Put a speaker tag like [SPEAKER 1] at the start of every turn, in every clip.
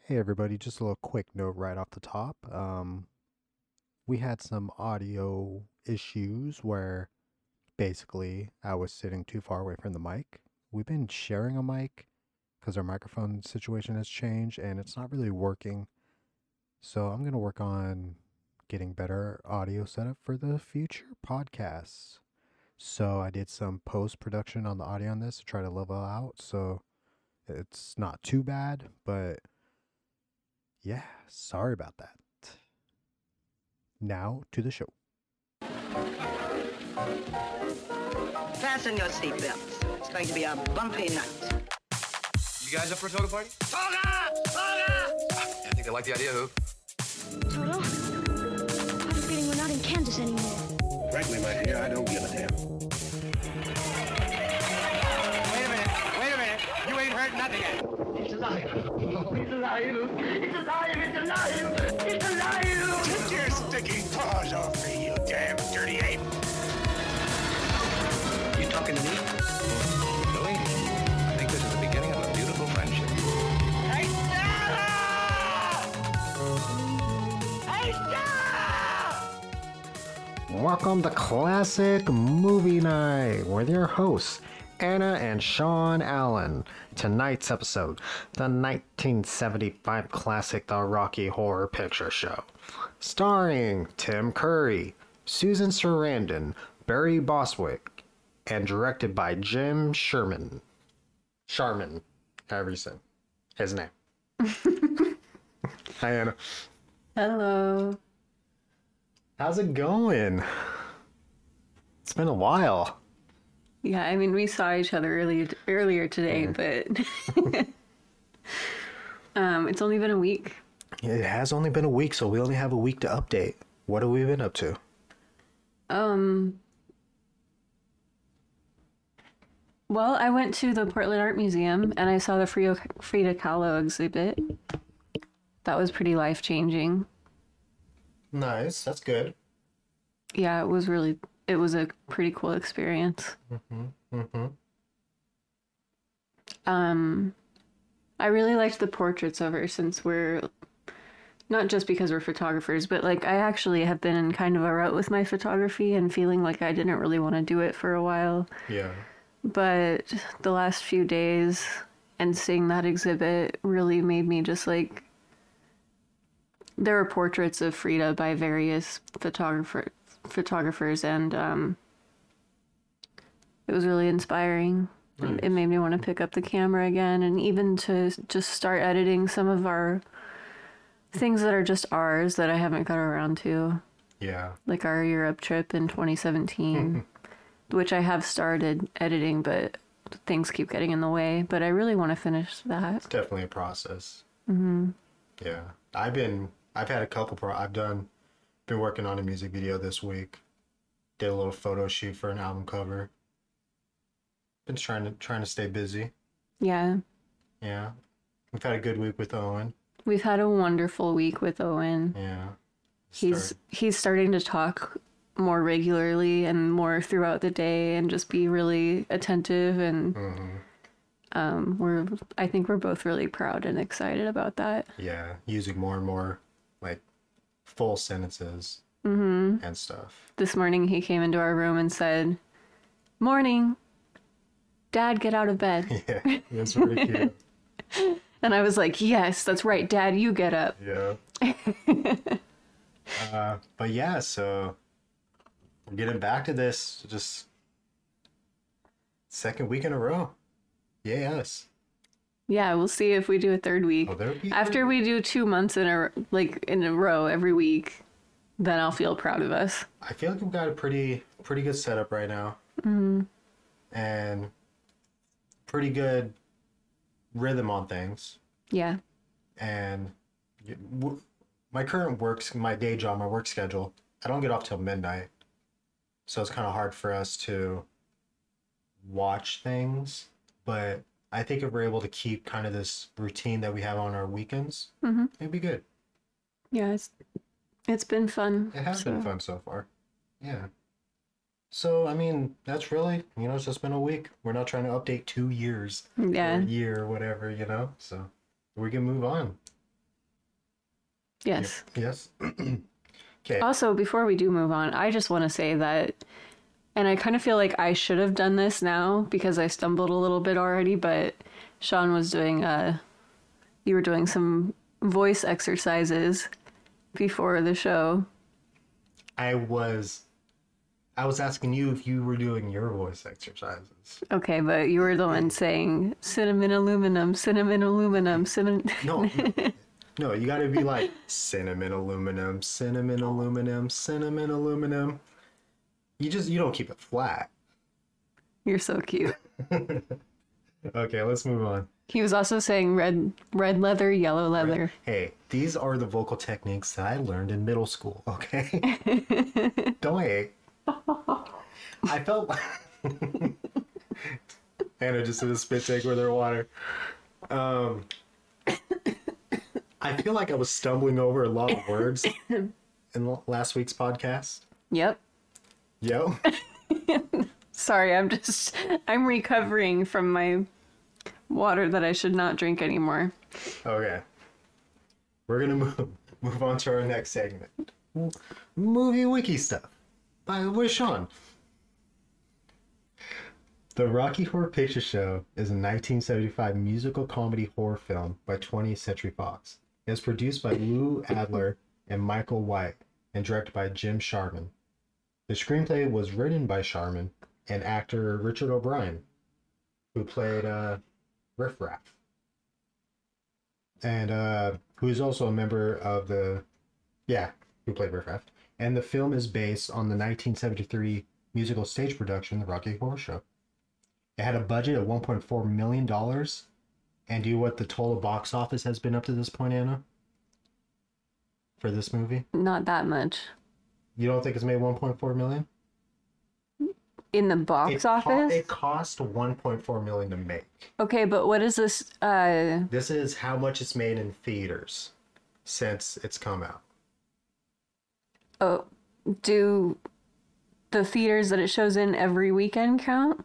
[SPEAKER 1] Hey everybody, just a little quick note right off the top. Um, we had some audio issues where basically I was sitting too far away from the mic. We've been sharing a mic because our microphone situation has changed and it's not really working. So I'm going to work on getting better audio setup for the future podcasts. So I did some post production on the audio on this to try to level out. So it's not too bad, but yeah, sorry about that. Now to the show.
[SPEAKER 2] Fasten your seatbelts. It's going to be a bumpy night.
[SPEAKER 3] You guys up for a toga party? Toga! Toga! I think they like the idea, Hoop.
[SPEAKER 4] Toto, I have a feeling we're not in Kansas anymore.
[SPEAKER 5] Frankly, my dear, I don't give a damn.
[SPEAKER 3] Wait a minute. Wait a minute. You ain't heard nothing yet.
[SPEAKER 5] Take your sticky paws off me, you damn dirty ape!
[SPEAKER 3] You talking to me? Louis, I think this is the beginning of a beautiful friendship.
[SPEAKER 1] Welcome to Classic Movie Night with your hosts, Anna and Sean Allen. Tonight's episode, the 1975 classic The Rocky Horror Picture Show, starring Tim Curry, Susan Sarandon, Barry Boswick, and directed by Jim Sherman. Sharman, however you say his name. Hi, Anna.
[SPEAKER 6] Hello.
[SPEAKER 1] How's it going? It's been a while.
[SPEAKER 6] Yeah, I mean we saw each other earlier earlier today, but um, it's only been a week.
[SPEAKER 1] It has only been a week, so we only have a week to update. What have we been up to?
[SPEAKER 6] Um. Well, I went to the Portland Art Museum and I saw the Frio- Frida Kahlo exhibit. That was pretty life changing.
[SPEAKER 1] Nice, that's good.
[SPEAKER 6] Yeah, it was really it was a pretty cool experience.
[SPEAKER 1] Mm-hmm.
[SPEAKER 6] Um, I really liked the portraits of her since we're not just because we're photographers, but like I actually have been in kind of a rut with my photography and feeling like I didn't really want to do it for a while.
[SPEAKER 1] Yeah.
[SPEAKER 6] But the last few days and seeing that exhibit really made me just like. There are portraits of Frida by various photographer, photographers, and um, it was really inspiring. It- It made me want to pick up the camera again, and even to just start editing some of our things that are just ours that I haven't got around to
[SPEAKER 1] Yeah.
[SPEAKER 6] like our Europe trip in 2017, which I have started editing, but things keep getting in the way. But I really want to finish that.
[SPEAKER 1] definitely a process. Mm-hmm. Yeah, I've been I've had a couple pro I've done been working on a music video this week. Did a little photo shoot for an album cover. Been trying to trying to stay busy.
[SPEAKER 6] Yeah.
[SPEAKER 1] Yeah, we've had a good week with Owen.
[SPEAKER 6] We've had a wonderful week with Owen.
[SPEAKER 1] Yeah,
[SPEAKER 6] He's
[SPEAKER 1] Start-
[SPEAKER 6] he's starting to talk more regularly and more throughout the day and just be really attentive and
[SPEAKER 1] Mm-hmm.
[SPEAKER 6] um, we're I think we're both really proud and excited about that.
[SPEAKER 1] yeah using more and more like full sentences
[SPEAKER 6] Mhm.
[SPEAKER 1] and stuff.
[SPEAKER 6] This morning he came into our room and said, "Morning. Dad, get out of bed."
[SPEAKER 1] Yeah, that's pretty cute.
[SPEAKER 6] And I was like, yes, that's right, Dad, you get up.
[SPEAKER 1] Yeah. uh, but yeah, so we're getting back to this just second week in a row. Yes.
[SPEAKER 6] Yeah, we'll see if we do a third week.
[SPEAKER 1] Oh, there would be
[SPEAKER 6] After we do two months in a like in a row every week, then I'll feel proud of us.
[SPEAKER 1] I feel like we've got a pretty pretty good setup right now. Mm-hmm. And pretty good rhythm on things.
[SPEAKER 6] Yeah.
[SPEAKER 1] and y- w- my current works my day job my work schedule i don't get off till midnight so it's kind of hard for us to watch things but i think if we're able to keep kind of this routine that we have on our weekends
[SPEAKER 6] Mhm.
[SPEAKER 1] it'd be good
[SPEAKER 6] Yeah, it's it's been fun.
[SPEAKER 1] it has
[SPEAKER 6] so-
[SPEAKER 1] been fun so far yeah so i mean that's really you know it's just been a week we're not trying to update two years or
[SPEAKER 6] Yeah.
[SPEAKER 1] a year or whatever you know so we can move on
[SPEAKER 6] Yes.
[SPEAKER 7] Yes. okay.
[SPEAKER 6] Also, before we do move on, I just want to say that, and I kind of feel like I should have done this now because I stumbled a little bit already, but Sean was doing, uh, you were doing some voice exercises before the show.
[SPEAKER 1] I was I was asking you if you were doing your voice exercises.
[SPEAKER 6] Okay, but you were the one saying cinnamon aluminum, cinnamon aluminum, cinnamon.
[SPEAKER 1] No. no, you got to be like cinnamon aluminum, cinnamon aluminum, cinnamon aluminum. You just you don't keep it flat.
[SPEAKER 6] You're so cute.
[SPEAKER 1] Okay, let's move on.
[SPEAKER 6] He was also saying red, red leather, yellow leather.
[SPEAKER 1] Hey, these are the vocal techniques that I learned in middle school, okay? Don't hate. I felt Anna just did a spit take with her water. Um, I feel like I was stumbling over a lot of words in l- last week's podcast.
[SPEAKER 6] Yep.
[SPEAKER 1] Yo,
[SPEAKER 6] Sorry, I'm just I'm recovering from my water that I should not drink anymore.
[SPEAKER 1] okay. We're gonna move move on to our next segment. Movie wiki stuff. By the way, Sean. The Rocky Horror Picture Show is a 1975 musical comedy horror film by 20th Century Fox. It was produced by Lou Adler and Michael White and directed by Jim Sharman. The screenplay was written by Sharman and actor Richard O'Brien, who played uh, Riff Raff, and uh, who is also a member of the, yeah, who played Riff Raff. And the film is based on the 1973 musical stage production, The Rocky Horror Show. It had a budget of 1.4 million dollars, and do you know what the total box office has been up to this point, Anna? For this movie,
[SPEAKER 6] Not that much
[SPEAKER 1] you don't think it's made 1.4 million?
[SPEAKER 6] in the box
[SPEAKER 1] It co-
[SPEAKER 6] office.
[SPEAKER 1] it cost 1.4 million to make.
[SPEAKER 6] Okay, but what is this? Uh,
[SPEAKER 1] This is how much it's made in theaters since it's come out.
[SPEAKER 6] oh, do the theaters that it shows in every weekend count?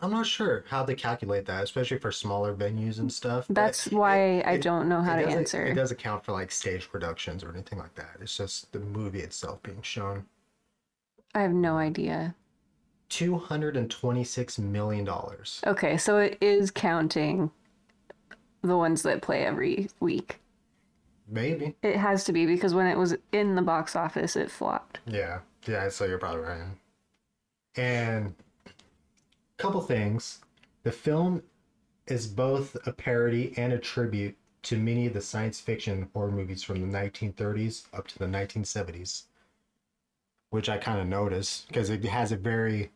[SPEAKER 1] I'm not sure how they calculate that, especially for smaller venues and stuff. but
[SPEAKER 6] That's why I
[SPEAKER 1] it-
[SPEAKER 6] don't know how
[SPEAKER 1] it
[SPEAKER 6] to
[SPEAKER 1] doesn't-
[SPEAKER 6] answer.
[SPEAKER 1] It doesn't count for like stage productions or anything like that. It's just the movie itself being shown.
[SPEAKER 6] I have no idea.
[SPEAKER 1] Two hundred and twenty-six million dollars.
[SPEAKER 6] Okay, so it is counting the ones that play every week.
[SPEAKER 1] Maybe.
[SPEAKER 6] It has to be because when it was in the box office, it flopped.
[SPEAKER 1] Yeah, yeah, so you're probably right. And a couple things. The film is both a parody and a tribute to many of the science fiction horror movies from the 1930s up to the 1970s, which I kind of noticed because it has a very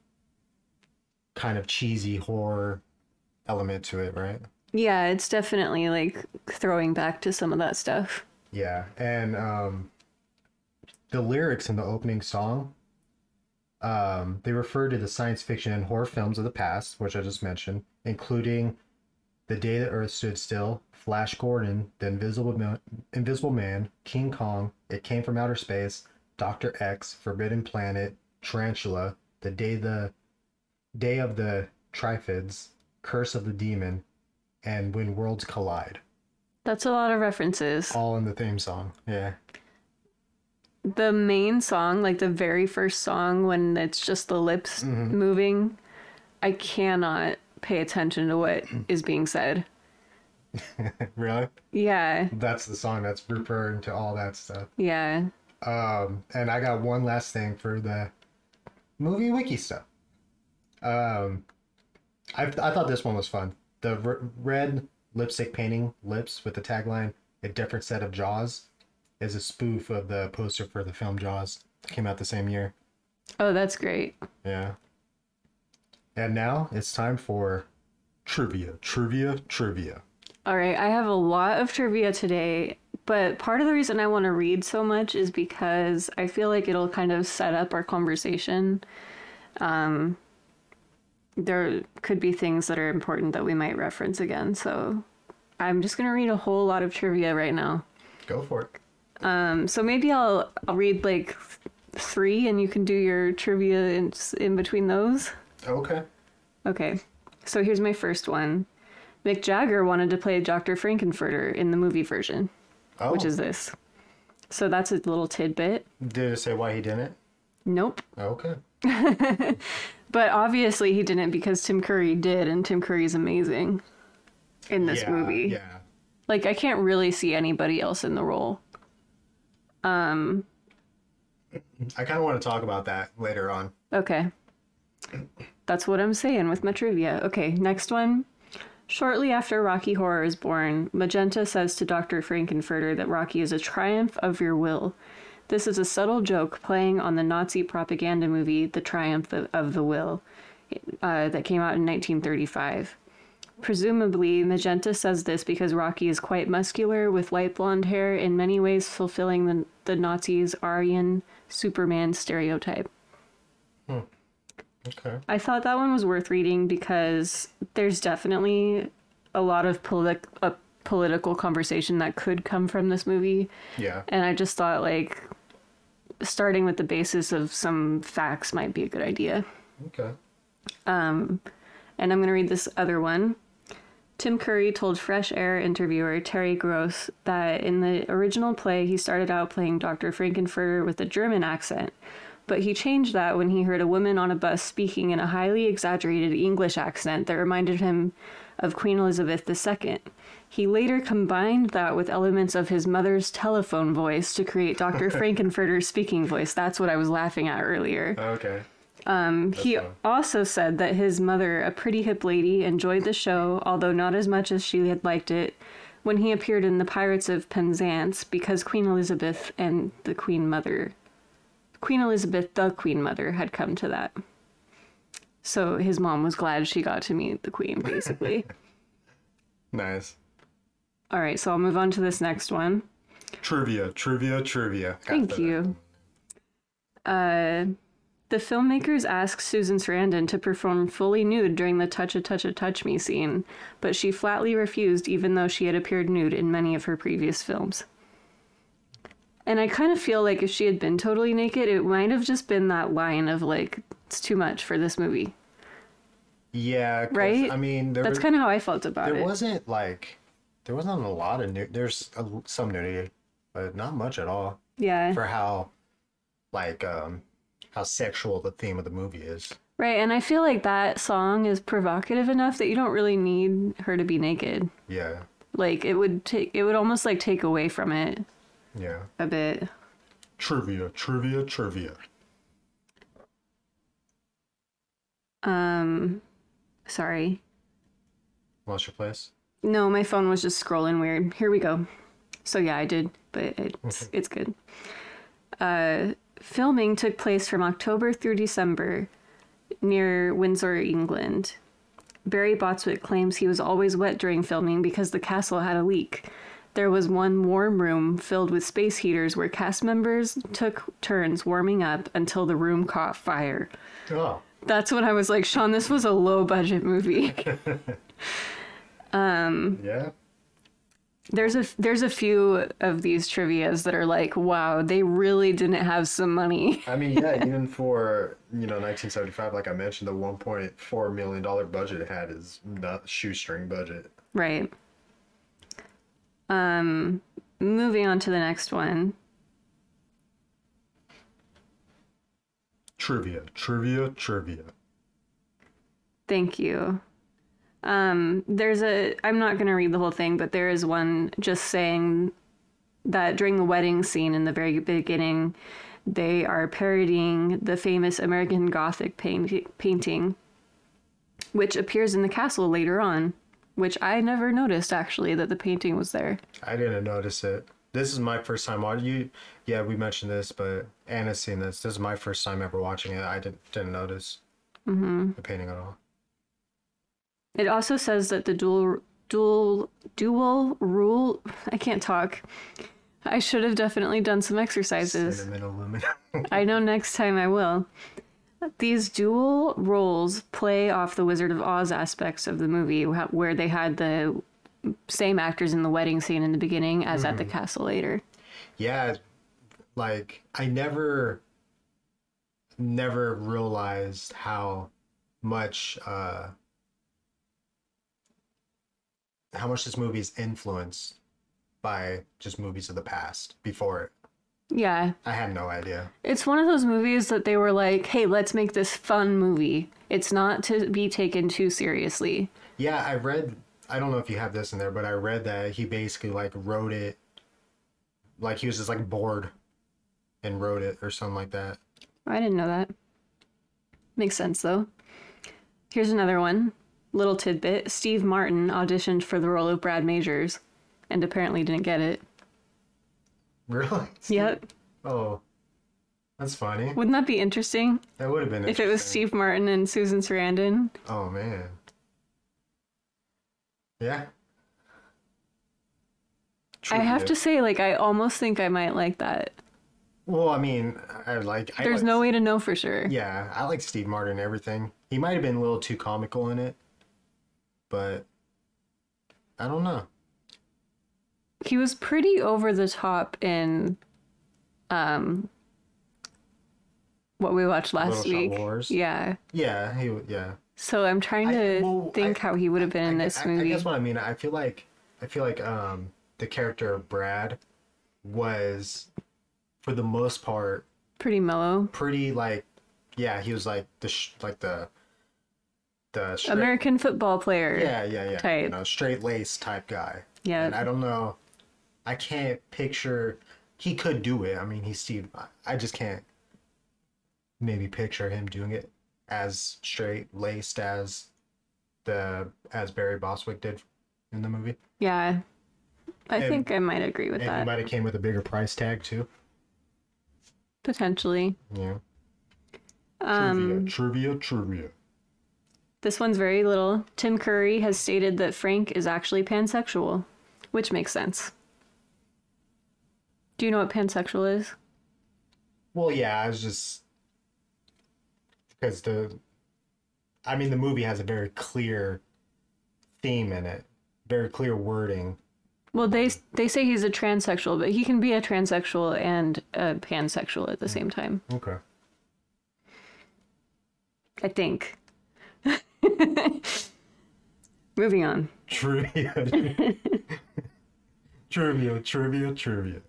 [SPEAKER 1] kind of cheesy horror element to it, right?
[SPEAKER 6] Yeah, it's definitely like throwing back to some of that stuff.
[SPEAKER 1] Yeah, and um, the lyrics in the opening song, um, they refer to the science fiction and horror films of the past, which I just mentioned, including The Day the Earth Stood Still, Flash Gordon, The Invisible Ma- Invisible Man, King Kong, It Came from Outer Space, Doctor X, Forbidden Planet, Tarantula, The Day the Day of the Trifids, Curse of the Demon, and When Worlds Collide,
[SPEAKER 6] That's a lot of references.
[SPEAKER 1] all in the theme song. Yeah.
[SPEAKER 6] The main song, like the very first song when it's just the lips moving, I cannot pay attention to what is being said.
[SPEAKER 1] Really?
[SPEAKER 6] Yeah,
[SPEAKER 1] That's the song that's referring to all that stuff.
[SPEAKER 6] yeah.
[SPEAKER 1] Um, and I got one last thing for the movie wiki stuff. Um, I, I thought this one was fun. The r- red lipstick painting lips with the tagline "A different set of jaws" is a spoof of the poster for the film Jaws. Came out the same year.
[SPEAKER 6] Oh, that's great.
[SPEAKER 1] Yeah. And now it's time for trivia, trivia, trivia.
[SPEAKER 6] All right, I have a lot of trivia today, but part of the reason I want to read so much is because I feel like it'll kind of set up our conversation. Um, there could be things that are important that we might reference again, so I'm just going to read a whole lot of trivia right now.
[SPEAKER 1] Go for it.
[SPEAKER 6] Um, so maybe I'll I'll read like th- three, and you can do your trivia in, in between those.
[SPEAKER 1] Okay.
[SPEAKER 6] Okay, so here's my first one. Mick Jagger wanted to play Dr. Frankenfurter in the movie version
[SPEAKER 1] Oh,
[SPEAKER 6] which is this. So that's a little tidbit.
[SPEAKER 1] Did it say why he didn't?
[SPEAKER 6] Nope.
[SPEAKER 1] Okay.
[SPEAKER 6] But obviously he didn't because Tim Curry did, and Tim Curry is amazing in this
[SPEAKER 1] yeah,
[SPEAKER 6] movie.
[SPEAKER 1] Yeah.
[SPEAKER 6] Like I can't really see anybody else in the role.
[SPEAKER 1] I kind of want to talk about that later on.
[SPEAKER 6] Okay. That's what I'm saying with my trivia. Okay, next one. Shortly after Rocky Horror is born, Magenta says to Dr. Frankenfurter that Rocky is a triumph of your will. This is a subtle joke playing on the Nazi propaganda movie The Triumph of the Will uh, that came out in 1935. Presumably, Magenta says this because Rocky is quite muscular with light blonde hair, in many ways fulfilling the, the Nazis' Aryan Superman stereotype.
[SPEAKER 1] Okay.
[SPEAKER 6] I thought that one was worth reading because there's definitely a lot of politi- a political conversation that could come from this movie.
[SPEAKER 1] Yeah.
[SPEAKER 6] And I just thought, like, starting with the basis of some facts might be a good idea.
[SPEAKER 1] Okay.
[SPEAKER 6] And I'm going to read this other one. Tim Curry told Fresh Air interviewer Terry Gross that in the original play, he started out playing Dr. Frankenfurter with a German accent, but he changed that when he heard a woman on a bus speaking in a highly exaggerated English accent that reminded him of Queen Elizabeth II. He later combined that with elements of his mother's telephone voice to create Dr. Frankenfurter's speaking voice. That's what I was laughing at earlier.
[SPEAKER 1] Okay.
[SPEAKER 6] He also said that his mother, a pretty hip lady, enjoyed the show, although not as much as she had liked it when he appeared in The Pirates of Penzance because Queen Elizabeth and the Queen Mother, Queen Elizabeth, the Queen Mother, had come to that. So his mom was glad she got to meet the Queen, basically.
[SPEAKER 1] Nice.
[SPEAKER 6] All right, so I'll move on to this next one.
[SPEAKER 1] Trivia, trivia, trivia. Got
[SPEAKER 6] Thank
[SPEAKER 1] that.
[SPEAKER 6] you. Uh, the filmmakers asked Susan Sarandon to perform fully nude during the Touch a Touch a Touch Me scene, but she flatly refused, even though she had appeared nude in many of her previous films. And I kind of feel like if she had been totally naked, it might have just been that line of like, it's too much for this movie.
[SPEAKER 1] Yeah. 'cause,
[SPEAKER 6] Right?
[SPEAKER 1] I mean, there
[SPEAKER 6] That's
[SPEAKER 1] was-
[SPEAKER 6] kind of how I felt about
[SPEAKER 1] there
[SPEAKER 6] it.
[SPEAKER 1] wasn't like there wasn't a lot of new. There's a, some nudity, but not much at all
[SPEAKER 6] yeah.
[SPEAKER 1] for how like um how sexual the theme of the movie is.
[SPEAKER 6] Right. And I feel like that song is provocative enough that you don't really need her to be naked.
[SPEAKER 1] Yeah.
[SPEAKER 6] like it would take it would almost like take away from it
[SPEAKER 1] Yeah.
[SPEAKER 6] a bit
[SPEAKER 1] Trivia, trivia, trivia.
[SPEAKER 6] um sorry
[SPEAKER 1] Lost your place.
[SPEAKER 6] no my phone was just scrolling weird here we go so yeah i did but it's it's good uh filming took place from october through december near windsor england barry botswick claims he was always wet during filming because the castle had a leak there was one warm room filled with space heaters where cast members took turns warming up until the room caught fire
[SPEAKER 1] Oh.
[SPEAKER 6] That's when I was like, Sean, this was a low budget movie.
[SPEAKER 1] Yeah.
[SPEAKER 6] there's a there's a few of these trivia's that are like, wow, they really didn't have some money.
[SPEAKER 1] I mean, yeah, even for you know 1975, like I mentioned, the 1.4 million dollar budget it had is not shoestring budget.
[SPEAKER 6] Right. Um moving on to the next one.
[SPEAKER 1] Trivia, trivia, trivia.
[SPEAKER 6] Thank you. Um, there's a, I'm not going to read the whole thing, but there is one just saying that during the wedding scene in the very beginning, they are parodying the famous American Gothic paint- painting, which appears in the castle later on, which I never noticed actually that the painting was there.
[SPEAKER 1] I didn't notice it. This is my first time watching you. Yeah, we mentioned this, but Anna's seen this. This is my first time ever watching it. I didn't didn't notice the painting at all.
[SPEAKER 6] It also says that the dual dual dual rule. I can't talk. I should have definitely done some exercises.
[SPEAKER 1] Cinnamon aluminum.
[SPEAKER 6] I know next time I will. These dual roles play off the Wizard of Oz aspects of the movie, wh- where they had the same actors in the wedding scene in the beginning as at the castle later.
[SPEAKER 1] yeah, like I never, never realized how much uh how much this movie is influenced by just movies of the past before it.
[SPEAKER 6] Yeah.
[SPEAKER 1] I had no idea.
[SPEAKER 6] It's one of those movies that they were like, hey, let's make this fun movie. It's not to be taken too seriously.
[SPEAKER 1] Yeah, I read. I don't know if you have this in there, but I read that he basically like wrote it, like he was just like bored, and wrote it or something like that.
[SPEAKER 6] I didn't know that. Makes sense, though. Here's another one. Little tidbit Steve Martin auditioned for the role of Brad Majors and apparently didn't get it.
[SPEAKER 1] Really?
[SPEAKER 6] Yep.
[SPEAKER 1] Oh, that's funny.
[SPEAKER 6] Wouldn't that be interesting
[SPEAKER 1] That would have been
[SPEAKER 6] if it was
[SPEAKER 1] interesting.
[SPEAKER 6] Steve Martin and Susan Sarandon?
[SPEAKER 1] Oh man. Yeah.
[SPEAKER 6] I have to
[SPEAKER 1] Trivia.
[SPEAKER 6] say, like, I almost think I might like that.
[SPEAKER 1] Well, I mean, I like. I
[SPEAKER 6] There's
[SPEAKER 1] like-
[SPEAKER 6] no way to know for sure.
[SPEAKER 1] Yeah, I like Steve Martin and everything. He might have been a little too comical in it, but I don't know.
[SPEAKER 6] He was pretty over the top in um what we watched
[SPEAKER 1] Little
[SPEAKER 6] last
[SPEAKER 1] Shop
[SPEAKER 6] week.
[SPEAKER 1] Wars.
[SPEAKER 6] Yeah.
[SPEAKER 1] Yeah, he. w- Yeah.
[SPEAKER 6] So I'm trying
[SPEAKER 1] I-
[SPEAKER 6] to
[SPEAKER 1] well,
[SPEAKER 6] think
[SPEAKER 1] I-
[SPEAKER 6] how he would have been in
[SPEAKER 1] I-
[SPEAKER 6] this
[SPEAKER 1] I,
[SPEAKER 6] movie.
[SPEAKER 1] I guess what I mean, I feel like I feel like um the character of Brad was for the most part
[SPEAKER 6] Pretty mellow.
[SPEAKER 1] pretty like yeah, he was like the sh- like the the straight,
[SPEAKER 6] American football player.
[SPEAKER 1] yeah, yeah, yeah, you
[SPEAKER 6] type.
[SPEAKER 1] know, straight lace type guy.
[SPEAKER 6] Yeah.
[SPEAKER 1] And I don't know. I can't picture he could do it. I mean, he's Steve. I- I just can't maybe picture him doing it as straight laced as the as Barry Boswick did in the movie.
[SPEAKER 6] Yeah. I
[SPEAKER 1] And-
[SPEAKER 6] think I might agree with
[SPEAKER 1] And he
[SPEAKER 6] that.
[SPEAKER 1] might have came with a bigger price tag too.
[SPEAKER 6] Potentially.
[SPEAKER 1] Yeah.
[SPEAKER 6] Um
[SPEAKER 1] trivia, trivia, trivia.
[SPEAKER 6] This one's very little. Tim Curry has stated that Frank is actually pansexual, which makes sense. Do you know what pansexual is?
[SPEAKER 1] Well, yeah, I was just because the, I mean, the movie has a very clear theme in it, very clear wording.
[SPEAKER 6] Well, they they say he's a transsexual, but he can be a transsexual and a pansexual at the same time.
[SPEAKER 1] Okay.
[SPEAKER 6] I think. Moving on.
[SPEAKER 1] Trivia. trivia, trivia, trivia.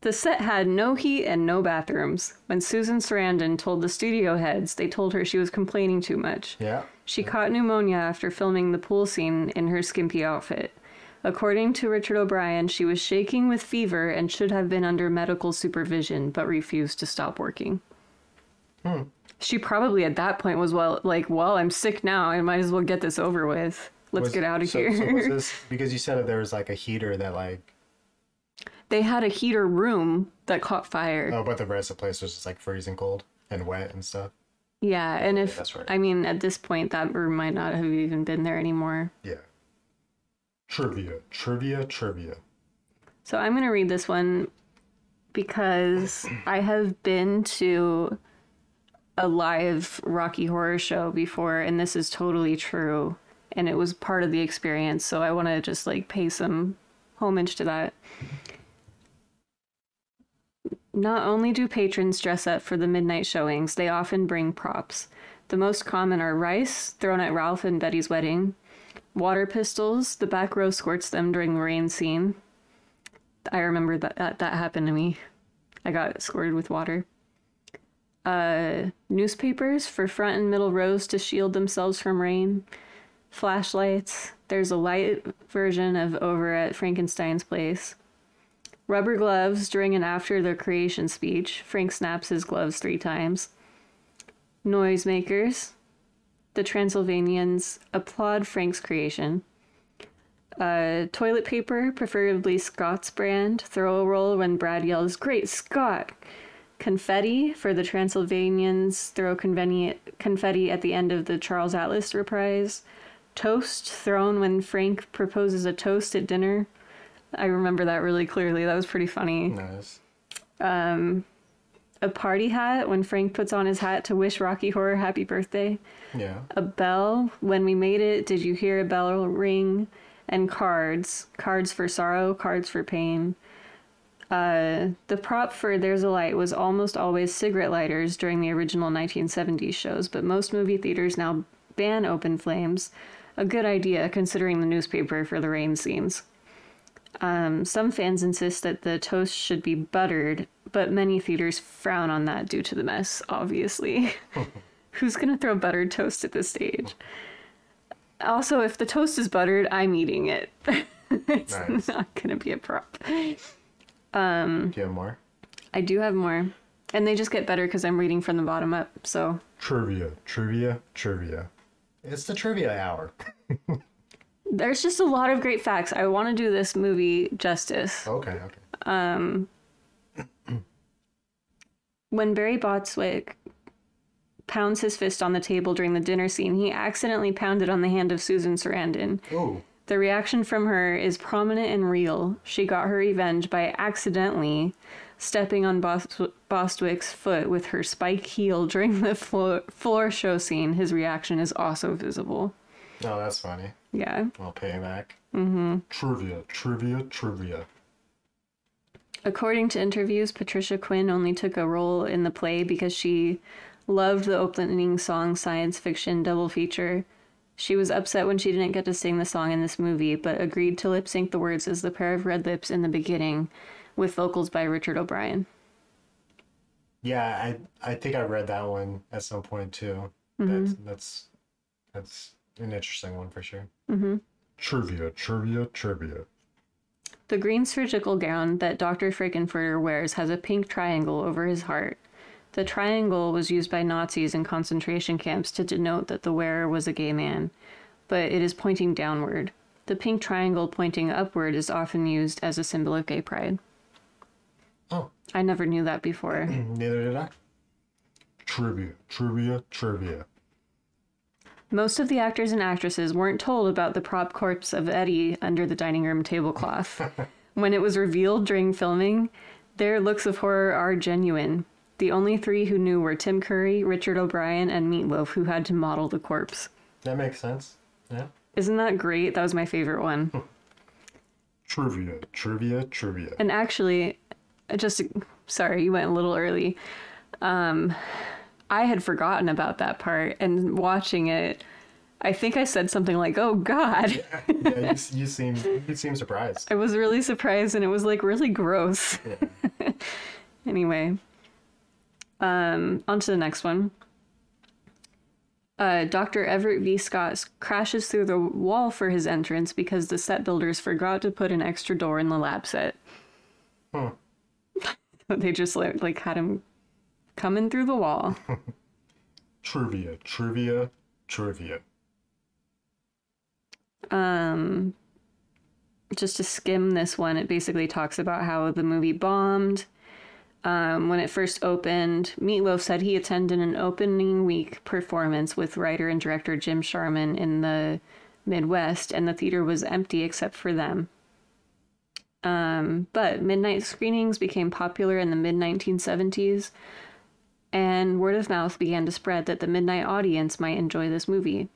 [SPEAKER 6] The set had no heat and no bathrooms. When Susan Sarandon told the studio heads, they told her she was complaining too much.
[SPEAKER 1] Yeah.
[SPEAKER 6] She caught pneumonia after filming the pool scene in her skimpy outfit. According to Richard O'Brien, she was shaking with fever and should have been under medical supervision, but refused to stop working.
[SPEAKER 1] Hmm.
[SPEAKER 6] She probably at that point was well, like, well, I'm sick now. I might as well get this over with. Let's
[SPEAKER 1] Was-
[SPEAKER 6] get out of
[SPEAKER 1] so-
[SPEAKER 6] here.
[SPEAKER 1] So was this, because you said that there was like a heater that like,
[SPEAKER 6] they had a heater room that caught fire.
[SPEAKER 1] oh, but the rest of the place was just like freezing cold and wet and stuff.
[SPEAKER 6] yeah, and if
[SPEAKER 1] that's right.
[SPEAKER 6] I mean at this point that room might not have even been there anymore.
[SPEAKER 1] Yeah. Trivia, trivia, trivia.
[SPEAKER 6] So I'm going to read this one because I have been to a live Rocky Horror show before, and this is totally true. And it was part of the experience. So I want to just like pay some homage to that. Not only do patrons dress up for the midnight showings, they often bring props. The most common are rice, thrown at Ralph and Betty's wedding, water pistols, the back row squirts them during the rain scene, I remember that, that that happened to me. I got squirted with water. Uh, newspapers for front and middle rows to shield themselves from rain. Flashlights. There's a light version of over at Frankenstein's place. Rubber gloves during and after their creation speech. Frank snaps his gloves three times. Noisemakers. The Transylvanians applaud Frank's creation uh, toilet paper, preferably Scott's brand, throw a roll when Brad yells, Great Scott! Confetti for the Transylvanians, throw conveni- confetti at the end of the Charles Atlas reprise. Toast thrown when Frank proposes a toast at dinner. I remember that really clearly. That was pretty funny.
[SPEAKER 1] Nice.
[SPEAKER 6] A party hat when Frank puts on his hat to wish Rocky Horror happy birthday.
[SPEAKER 1] Yeah.
[SPEAKER 6] a bell when we made it did you hear a bell ring and cards cards for sorrow cards for pain uh, the prop for there's a light was almost always cigarette lighters during the original 1970s shows but most movie theaters now ban open flames a good idea considering the newspaper for the rain scenes Um, some fans insist that the toast should be buttered, but many theaters frown on that due to the mess, obviously. Who's going to throw buttered toast at this stage? Also, if the toast is buttered, I'm eating it. it's
[SPEAKER 1] Nice.
[SPEAKER 6] not going to be a prop.
[SPEAKER 1] Do you have more?
[SPEAKER 6] I do have more. And they just get better because I'm reading from the bottom up. So,
[SPEAKER 1] Trivia, trivia, trivia. It's the trivia hour.
[SPEAKER 6] there's just a lot of great facts. I want to do this movie justice.
[SPEAKER 1] Okay, okay.
[SPEAKER 6] When Barry Botswick pounds his fist on the table during the dinner scene, he accidentally pounded on the hand of Susan Sarandon.
[SPEAKER 1] Ooh,
[SPEAKER 6] The reaction from her is prominent and real. She got her revenge by accidentally stepping on Bos- Bostwick's foot with her spike heel during the floor, floor show scene. His reaction is also visible.
[SPEAKER 1] oh, that's funny.
[SPEAKER 6] Yeah.
[SPEAKER 1] I'll pay him back. Mm-hmm. Trivia, trivia, trivia.
[SPEAKER 6] According to interviews, Patricia Quinn only took a role in the play because she loved the opening song science fiction double feature. She was upset when she didn't get to sing the song in this movie, but agreed to lip sync the words as the pair of red lips in the beginning with vocals by Richard O'Brien.
[SPEAKER 1] Yeah, I I think I read that one at some point too. That's that's that's an interesting one for sure. Mm-hmm. Trivia, trivia, trivia.
[SPEAKER 6] The green surgical gown that Dr. Frankenfurter wears has a pink triangle over his heart. The triangle was used by Nazis in concentration camps to denote that the wearer was a gay man, but it is pointing downward. The pink triangle pointing upward is often used as a symbol of gay pride.
[SPEAKER 1] Oh,
[SPEAKER 6] I never knew that before.
[SPEAKER 1] neither did I. Trivia, trivia, trivia.
[SPEAKER 6] Most of the actors and actresses weren't told about the prop corpse of Eddie under the dining room tablecloth. when it was revealed during filming, their looks of horror are genuine. The only three who knew were Tim Curry, Richard O'Brien, and Meatloaf, who had to model the corpse.
[SPEAKER 1] That makes sense. Yeah.
[SPEAKER 6] Isn't that great? That was my favorite one.
[SPEAKER 1] Trivia, trivia, trivia.
[SPEAKER 6] And actually, I just sorry, you went a little early. Um, I had forgotten about that part, and watching it, I think I said something like, "Oh God."
[SPEAKER 1] yeah, you, s- you seem you seem surprised.
[SPEAKER 6] I was really surprised and it was like really gross. anyway, um, on to the next one. Uh, Dr. Everett V. Scott s- crashes through the wall for his entrance because the set builders forgot to put an extra door in the lab set.
[SPEAKER 1] Hmm.
[SPEAKER 6] they just like, like had him coming through the wall.
[SPEAKER 1] Trivia, trivia, trivia.
[SPEAKER 6] um just to skim this one it basically talks about how the movie bombed um, when it first opened meatloaf said he attended an opening week performance with writer and director jim sharman in the midwest and the theater was empty except for them um, but midnight screenings became popular in the mid 1970s and word of mouth began to spread that the midnight audience might enjoy this movie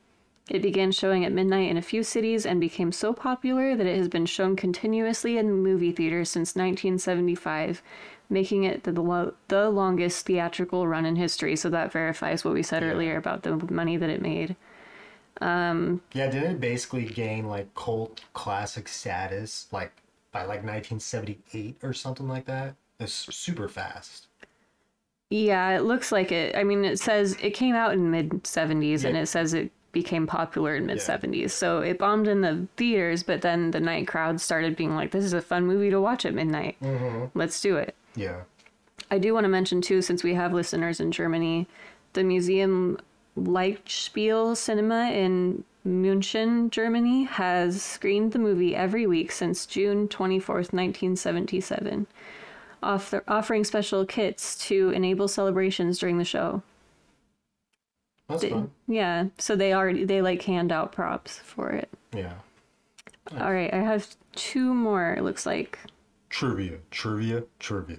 [SPEAKER 6] it began showing at midnight in a few cities and became so popular that it has been shown continuously in movie theaters since 1975, making it the, lo- the longest theatrical run in history. So that verifies what we said earlier about the money that it made.
[SPEAKER 1] Yeah, did it basically gain like cult classic status like by like 1978 or something like that? It's super fast.
[SPEAKER 6] Yeah, it looks like it. I mean, it says it came out in mid 70s and
[SPEAKER 1] Yeah.
[SPEAKER 6] it says it became popular in mid 70s. So it bombed in the theaters, but then the night crowd started being like, this is a fun movie to watch at midnight. Let's do it.
[SPEAKER 1] Yeah.
[SPEAKER 6] I do want to mention too, since we have listeners in Germany, the Museum Lichtspiel Cinema in München, Germany, has screened the movie every week since June 24th, 1977, offer- offering special kits to enable celebrations during the show.
[SPEAKER 1] That's fun.
[SPEAKER 6] Yeah, so they already they like hand out props for it.
[SPEAKER 1] Yeah.
[SPEAKER 6] All right, I have two more. It looks like
[SPEAKER 1] Trivia, trivia, trivia.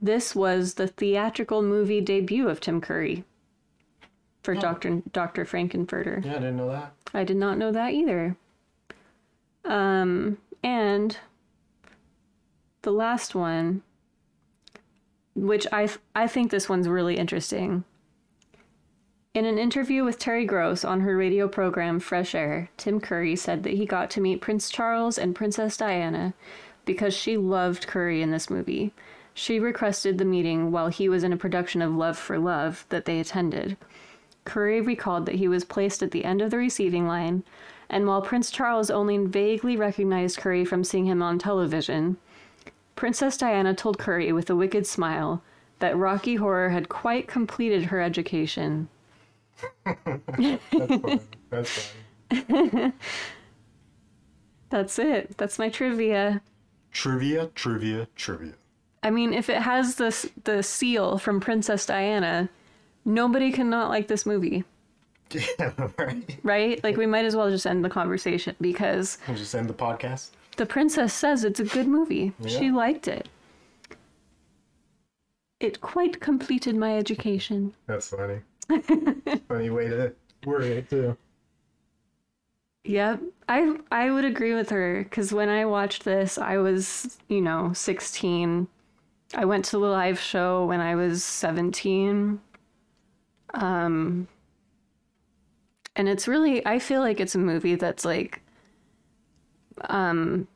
[SPEAKER 6] this was the theatrical movie debut of Tim Curry for Dr. Dr. Frankenfurter.
[SPEAKER 1] Yeah, I didn't know that.
[SPEAKER 6] I did not know that either. Um, and the last one, which I I think this one's really interesting. In an interview with Terry Gross on her radio program Fresh Air, Tim Curry said that he got to meet Prince Charles and Princess Diana because she loved Curry in this movie. She requested the meeting while he was in a production of Love for Love that they attended. Curry recalled that he was placed at the end of the receiving line, and while Prince Charles only vaguely recognized Curry from seeing him on television, Princess Diana told Curry with a wicked smile that Rocky Horror had quite completed her education.
[SPEAKER 1] That's fine. That's fine.
[SPEAKER 6] That's it. That's my trivia.
[SPEAKER 1] Trivia, trivia, trivia.
[SPEAKER 6] I mean, if it has this the seal from Princess Diana, nobody can not like this movie,
[SPEAKER 1] Yeah, right.
[SPEAKER 6] right? Like we might as well just end the conversation because
[SPEAKER 1] We'll just end the podcast.
[SPEAKER 6] the princess says it's a good movie. She
[SPEAKER 1] Yeah.
[SPEAKER 6] liked it. It quite completed my education.
[SPEAKER 1] That's funny. funny way to word it too.
[SPEAKER 6] Yep. I I would agree with her cuz when I watched this, I was, you know, 16. I went to the live show when I was 17. Um and it's really I feel like it's a movie that's like um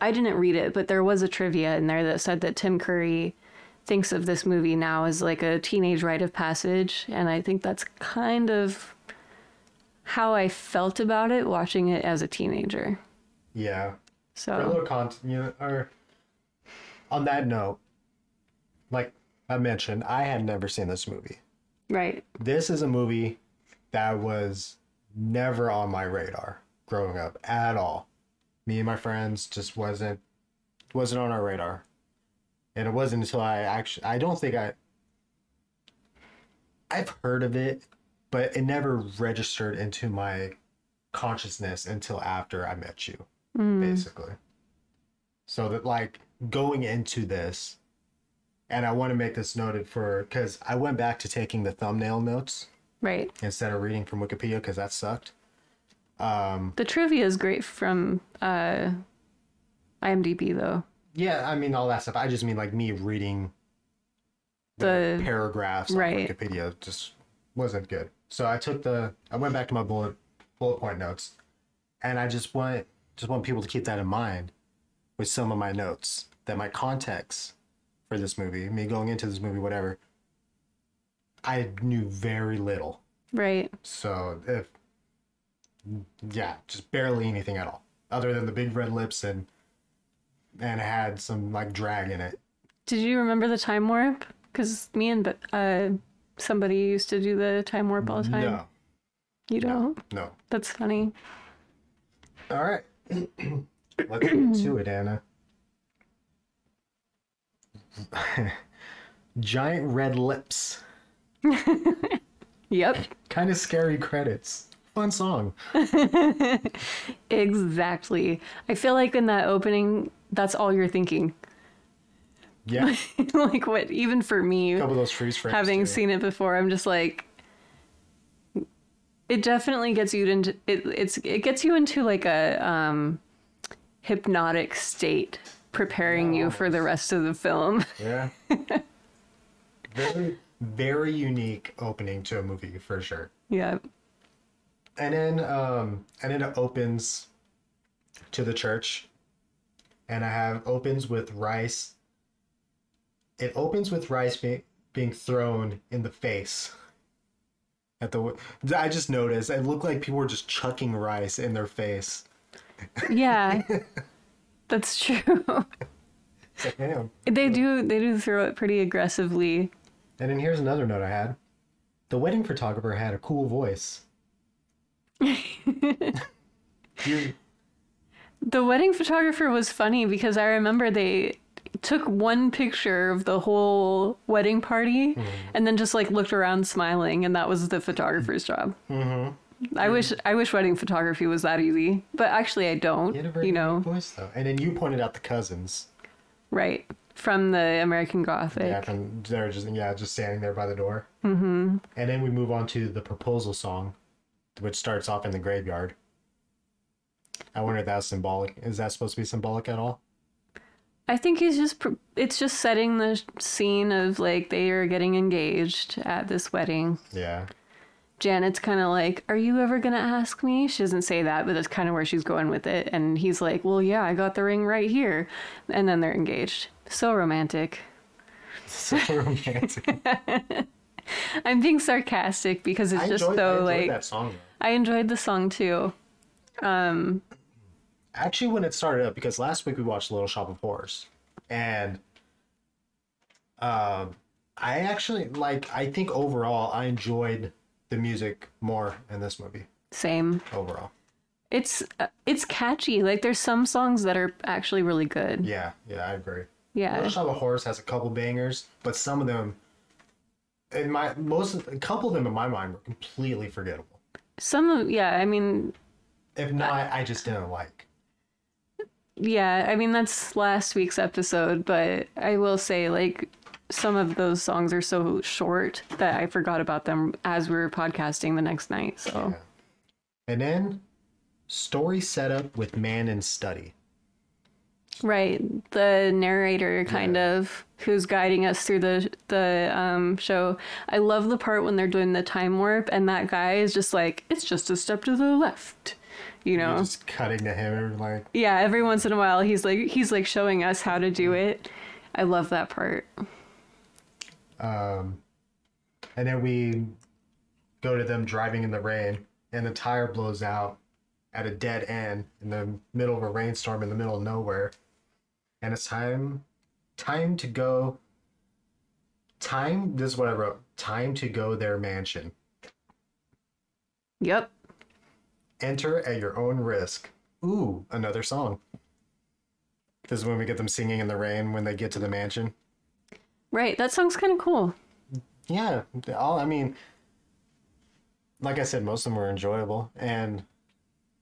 [SPEAKER 6] I didn't read it, but there was a trivia in there that said that Tim Curry thinks of this movie now as like a teenage rite of passage, and I think that's kind of how I felt about it watching it as a teenager.
[SPEAKER 1] Yeah. For a
[SPEAKER 6] So
[SPEAKER 1] little content, you know, or on that note, like I mentioned, I had never seen this movie.
[SPEAKER 6] right,
[SPEAKER 1] This is a movie that was never on my radar growing up at all. Me and my friends just wasn't wasn't on our radar. And it wasn't until I actually I don't think I I've heard of it, but it never registered into my consciousness until after I met you
[SPEAKER 6] Mm.
[SPEAKER 1] basically. So that like going into this, and I want to make this noted for because I went back to taking the thumbnail notes
[SPEAKER 6] right.
[SPEAKER 1] instead of reading from Wikipedia because that sucked. Um,
[SPEAKER 6] The trivia is great from uh, IMDb though.
[SPEAKER 1] yeah, I mean all that stuff. I just mean like me reading
[SPEAKER 6] The
[SPEAKER 1] paragraphs on
[SPEAKER 6] Right.
[SPEAKER 1] Wikipedia just wasn't good. So I took the I went back to my bullet bullet point notes, and I just want just want people to keep that in mind with some of my notes that my context for this movie, me going into this movie, whatever. I knew very little,
[SPEAKER 6] right,
[SPEAKER 1] so if yeah, just barely anything at all, other than the big red lips and and had some like drag in it.
[SPEAKER 6] did you remember the time warp? Because me and uh, somebody used to do the time warp all the time.
[SPEAKER 1] No,
[SPEAKER 6] you don't.
[SPEAKER 1] no,
[SPEAKER 6] That's funny.
[SPEAKER 1] All right. Let's get to it, Anna. Giant red lips.
[SPEAKER 6] Yep,
[SPEAKER 1] Kind of scary credits. Fun song.
[SPEAKER 6] exactly. I feel like in that opening, that's all you're thinking.
[SPEAKER 1] Yeah.
[SPEAKER 6] like what? Even for me,
[SPEAKER 1] couple of those freeze frames.
[SPEAKER 6] having
[SPEAKER 1] too.
[SPEAKER 6] seen it before, I'm just like, it definitely gets you into it. It's it gets you into like a um, hypnotic state, preparing you for the rest of the film.
[SPEAKER 1] Yeah. very, very unique opening to a movie for sure.
[SPEAKER 6] yeah,
[SPEAKER 1] And then, um, and then it opens to the church, and I have opens with rice. It opens with rice being being thrown in the face. At the, I just noticed it looked like people were just chucking rice in their face.
[SPEAKER 6] yeah, that's true.
[SPEAKER 1] It's like, damn.
[SPEAKER 6] they do they do throw it pretty aggressively.
[SPEAKER 1] And then here's another note I had: the wedding photographer had a cool voice. You-
[SPEAKER 6] The wedding photographer was funny because I remember they took one picture of the whole wedding party and then just like looked around smiling and that was the photographer's job. Mm-hmm. I wish I wish wedding photography was that easy, but actually I don't.
[SPEAKER 1] you had a
[SPEAKER 6] You,
[SPEAKER 1] very
[SPEAKER 6] know,
[SPEAKER 1] unique voice though. And then you pointed out the cousins.
[SPEAKER 6] right from the American Gothic.
[SPEAKER 1] Yeah, from they're just yeah, just standing there by the door. Mm-hmm. And then we move on to the proposal song, which starts off in the graveyard. I wonder if that's symbolic. Is that supposed to be symbolic at all?
[SPEAKER 6] I think he's just pr- it's just setting the scene of like they are getting engaged at this wedding.
[SPEAKER 1] Yeah.
[SPEAKER 6] Janet's kind of like, Are you ever going to ask me? She doesn't say that, but that's kind of where she's going with it. And he's like, Well, yeah, I got the ring right here. And then they're engaged. So romantic.
[SPEAKER 1] So romantic.
[SPEAKER 6] I'm being sarcastic because it's
[SPEAKER 1] I
[SPEAKER 6] just
[SPEAKER 1] enjoyed, I
[SPEAKER 6] so
[SPEAKER 1] enjoyed
[SPEAKER 6] like
[SPEAKER 1] that song. though.
[SPEAKER 6] I enjoyed the song too.
[SPEAKER 1] actually when it started up because last week we watched Little Shop of Horrors, and um, I actually like. I think overall, I enjoyed the music more in this movie.
[SPEAKER 6] Same.
[SPEAKER 1] Overall,
[SPEAKER 6] It's uh, it's catchy. Like there's some songs that are actually really good.
[SPEAKER 1] yeah, yeah, I agree.
[SPEAKER 6] Yeah.
[SPEAKER 1] Little Shop of Horrors has a couple bangers, but some of them, in my most, of- a couple of them in my mind were completely forgettable.
[SPEAKER 6] Some of yeah, I mean
[SPEAKER 1] If not, I just didn't like.
[SPEAKER 6] yeah, I mean that's last week's episode, but I will say like some of those songs are so short that I forgot about them as we were podcasting the next night. So
[SPEAKER 1] And then, story setup with man and study.
[SPEAKER 6] Right. The narrator kind of who's guiding us through the the um show. I love the part when they're doing the time warp and that guy is just like, it's just a step to the left. You know?
[SPEAKER 1] You're just cutting to him and like.
[SPEAKER 6] yeah, every once in a while he's like he's like showing us how to do it. I love that part.
[SPEAKER 1] Um, and then we go to them driving in the rain, and the tire blows out at a dead end in the middle of a rainstorm in the middle of nowhere. And it's time, time to go. Time. This is what I wrote. Time to go their mansion.
[SPEAKER 6] Yep.
[SPEAKER 1] Enter at your own risk. Ooh, another song. This is when we get them singing in the rain when they get to the mansion.
[SPEAKER 6] Right. That song's kinda cool.
[SPEAKER 1] Yeah, they all I mean, like I said, most of them were enjoyable, and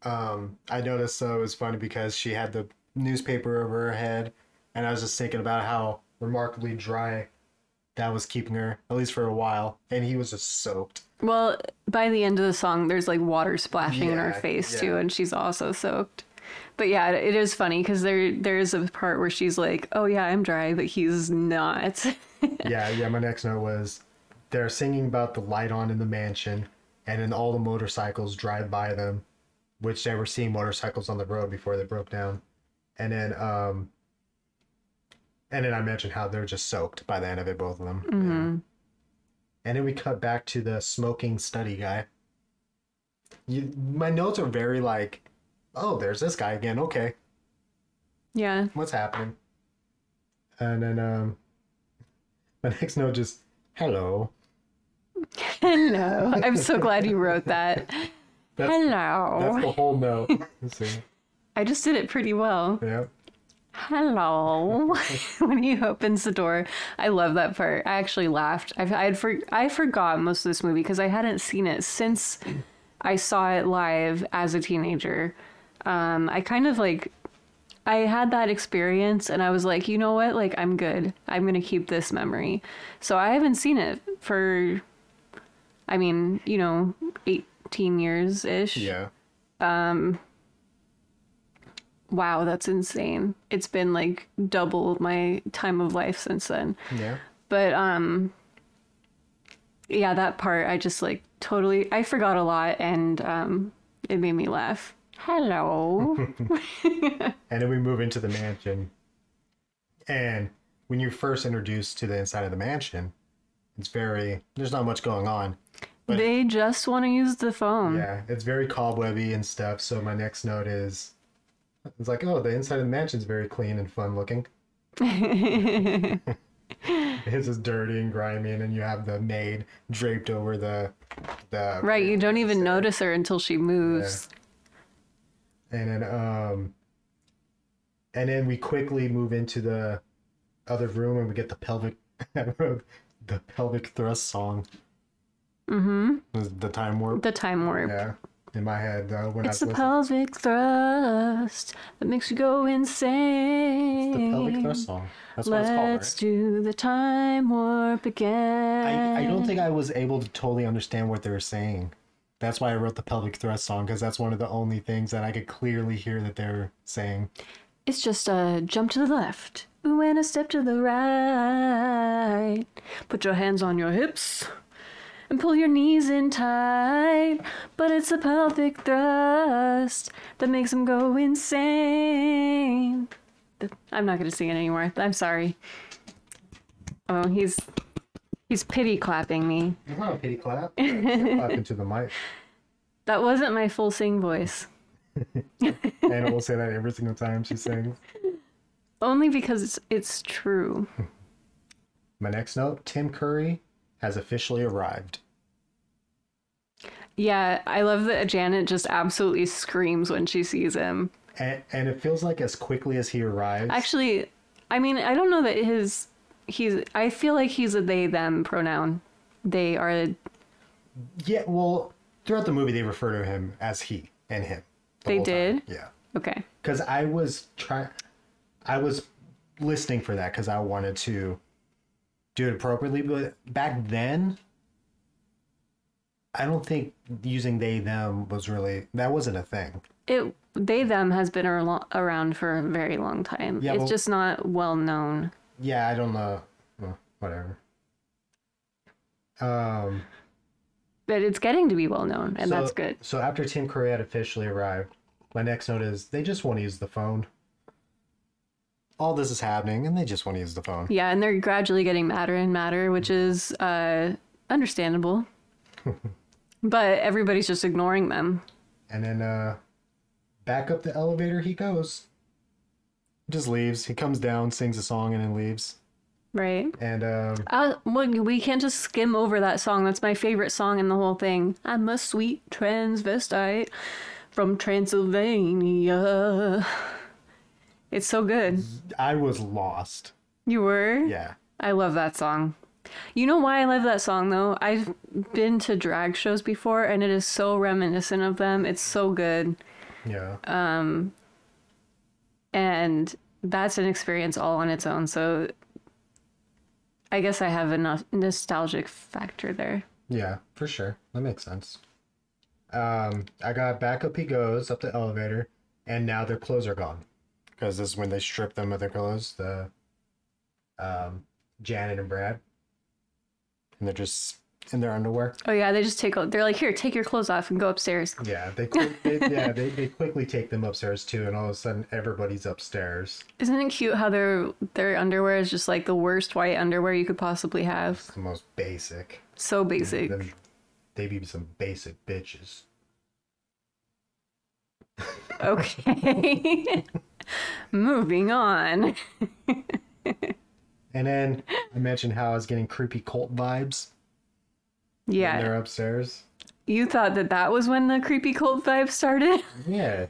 [SPEAKER 1] um, I noticed uh, it was funny because she had the newspaper over her head, and I was just thinking about how remarkably dry that was keeping her, at least for a while, and he was just soaked.
[SPEAKER 6] Well, by the end of the song, there's like water splashing in her
[SPEAKER 1] Yeah,
[SPEAKER 6] face
[SPEAKER 1] yeah.
[SPEAKER 6] too, and she's also soaked. But yeah, it is funny because there there is a part where she's like, "Oh yeah, I'm dry," but he's not.
[SPEAKER 1] yeah, yeah. My next note was they're singing about the light on in the mansion, and then all the motorcycles drive by them, which they were seeing motorcycles on the road before they broke down, and then um, and then I mentioned how they're just soaked by the end of it, both of them. Yeah. And then we cut back to the smoking study guy. You, my notes are very like, oh, there's this guy again. Okay,
[SPEAKER 6] yeah,
[SPEAKER 1] what's happening? And then um, my next note just hello.
[SPEAKER 6] hello. I'm so glad you wrote that.
[SPEAKER 1] That's,
[SPEAKER 6] Hello.
[SPEAKER 1] that's the whole note. Let's see.
[SPEAKER 6] I just did it pretty well.
[SPEAKER 1] Yeah.
[SPEAKER 6] Hello. when he opens the door, I love that part. I actually laughed. I I, had for, I forgot most of this movie because I hadn't seen it since I saw it live as a teenager. Um, I kind of like I had that experience and I was like, you know what? Like I'm good. I'm going to keep this memory. So I haven't seen it for I mean, you know, 18 years ish.
[SPEAKER 1] Yeah.
[SPEAKER 6] Wow, that's insane. It's been like double my time of life since then.
[SPEAKER 1] Yeah.
[SPEAKER 6] But um yeah, that part I just like totally I forgot a lot and um it made me laugh. Hello.
[SPEAKER 1] And then we move into the mansion. And when you're first introduced to the inside of the mansion, it's very there's not much going on.
[SPEAKER 6] they just want to use the phone.
[SPEAKER 1] Yeah. It's very cobwebby and stuff. So my next note is it's like, oh, the inside of the mansion's very clean and fun looking. His is dirty and grimy, and then you have the maid draped over the the
[SPEAKER 6] Right, you don't even notice her until she moves.
[SPEAKER 1] and then um and then we quickly move into the other room and we get the pelvic the pelvic thrust song mm-hmm was the time warp
[SPEAKER 6] The time warp.
[SPEAKER 1] yeah in my head uh, when
[SPEAKER 6] It's
[SPEAKER 1] i
[SPEAKER 6] the
[SPEAKER 1] was
[SPEAKER 6] pelvic thrust that makes you go insane.
[SPEAKER 1] the pelvic thrust song that's what
[SPEAKER 6] Mm-hmm. Let's
[SPEAKER 1] it's called right?
[SPEAKER 6] do the time warp again.
[SPEAKER 1] I, I don't think i was able to totally understand what they were saying that's why i wrote the pelvic thrust song because that's one of the only things that i could clearly hear that they're saying
[SPEAKER 6] It's just a jump to the left. Ooh, and a step to the right. Put your hands on your hips. and pull your knees in tight. But it's the pelvic thrust that makes them go insane. Th- I'm not gonna sing it anymore. I'm sorry. Oh, he's he's pity clapping me.
[SPEAKER 1] It's not a pity clap. clap into the mic.
[SPEAKER 6] That wasn't my full sing voice.
[SPEAKER 1] Anna will say that every single time she sings.
[SPEAKER 6] Only because it's, it's true.
[SPEAKER 1] My next note Tim Curry has officially arrived.
[SPEAKER 6] Yeah, I love that Janet just absolutely screams when she sees him.
[SPEAKER 1] And, and it feels like as quickly as he arrives.
[SPEAKER 6] Actually, I mean, I don't know that his he's I feel like he's a they them pronoun. They are
[SPEAKER 1] yeah, well, throughout the movie, they refer to him as he and him. the
[SPEAKER 6] They
[SPEAKER 1] whole time.
[SPEAKER 6] did?
[SPEAKER 1] Yeah.
[SPEAKER 6] okay.
[SPEAKER 1] because I was trying, I was listening for that because I wanted to do it appropriately. But back then, I don't think using they them was really that wasn't a thing.
[SPEAKER 6] It they them has been ar- lo- around for a very long time.
[SPEAKER 1] Yeah,
[SPEAKER 6] it's
[SPEAKER 1] well-
[SPEAKER 6] just not well known.
[SPEAKER 1] Yeah, I don't know. Well, whatever. Um,
[SPEAKER 6] But it's getting to be well known and
[SPEAKER 1] so-
[SPEAKER 6] that's good.
[SPEAKER 1] So after Tim Curry had officially arrived, my next note is they just want to use the phone. All this is happening, and they just want to use the phone.
[SPEAKER 6] Yeah, and they're gradually getting madder and madder, which is uh understandable. but everybody's just ignoring them.
[SPEAKER 1] And then uh back up the elevator he goes. Just leaves. He comes down, sings a song, and then leaves.
[SPEAKER 6] Right.
[SPEAKER 1] And um
[SPEAKER 6] Uh, well, we can't just skim over that song. That's my favorite song in the whole thing. I'm a sweet transvestite from Transylvania. It's so good.
[SPEAKER 1] I was lost.
[SPEAKER 6] You were?
[SPEAKER 1] Yeah.
[SPEAKER 6] I love that song. You know why I love that song though? I've been to drag shows before and it is so reminiscent of them. It's so good.
[SPEAKER 1] Yeah.
[SPEAKER 6] And that's an experience all on its own. So I guess I have a no- nostalgic factor there.
[SPEAKER 1] yeah, for sure. That makes sense. Um I got back up he goes, up the elevator, and now their clothes are gone. Because this is when they strip them of their clothes, the um Janet and Brad. And they're just in their underwear.
[SPEAKER 6] Oh yeah, they just take. o- They're like, here, take your clothes off and go upstairs.
[SPEAKER 1] Yeah, they, quick, they yeah they, they quickly take them upstairs too, and all of a sudden everybody's upstairs.
[SPEAKER 6] Isn't it cute how their their underwear is just like the worst white underwear you could possibly have?
[SPEAKER 1] It's the most basic.
[SPEAKER 6] So basic.
[SPEAKER 1] Them- They be some basic bitches.
[SPEAKER 6] Okay. Moving on.
[SPEAKER 1] And then I mentioned how I was getting creepy cult vibes when
[SPEAKER 6] Yeah,
[SPEAKER 1] they're upstairs.
[SPEAKER 6] you thought that that was when the creepy cult vibe started.
[SPEAKER 1] Yeah,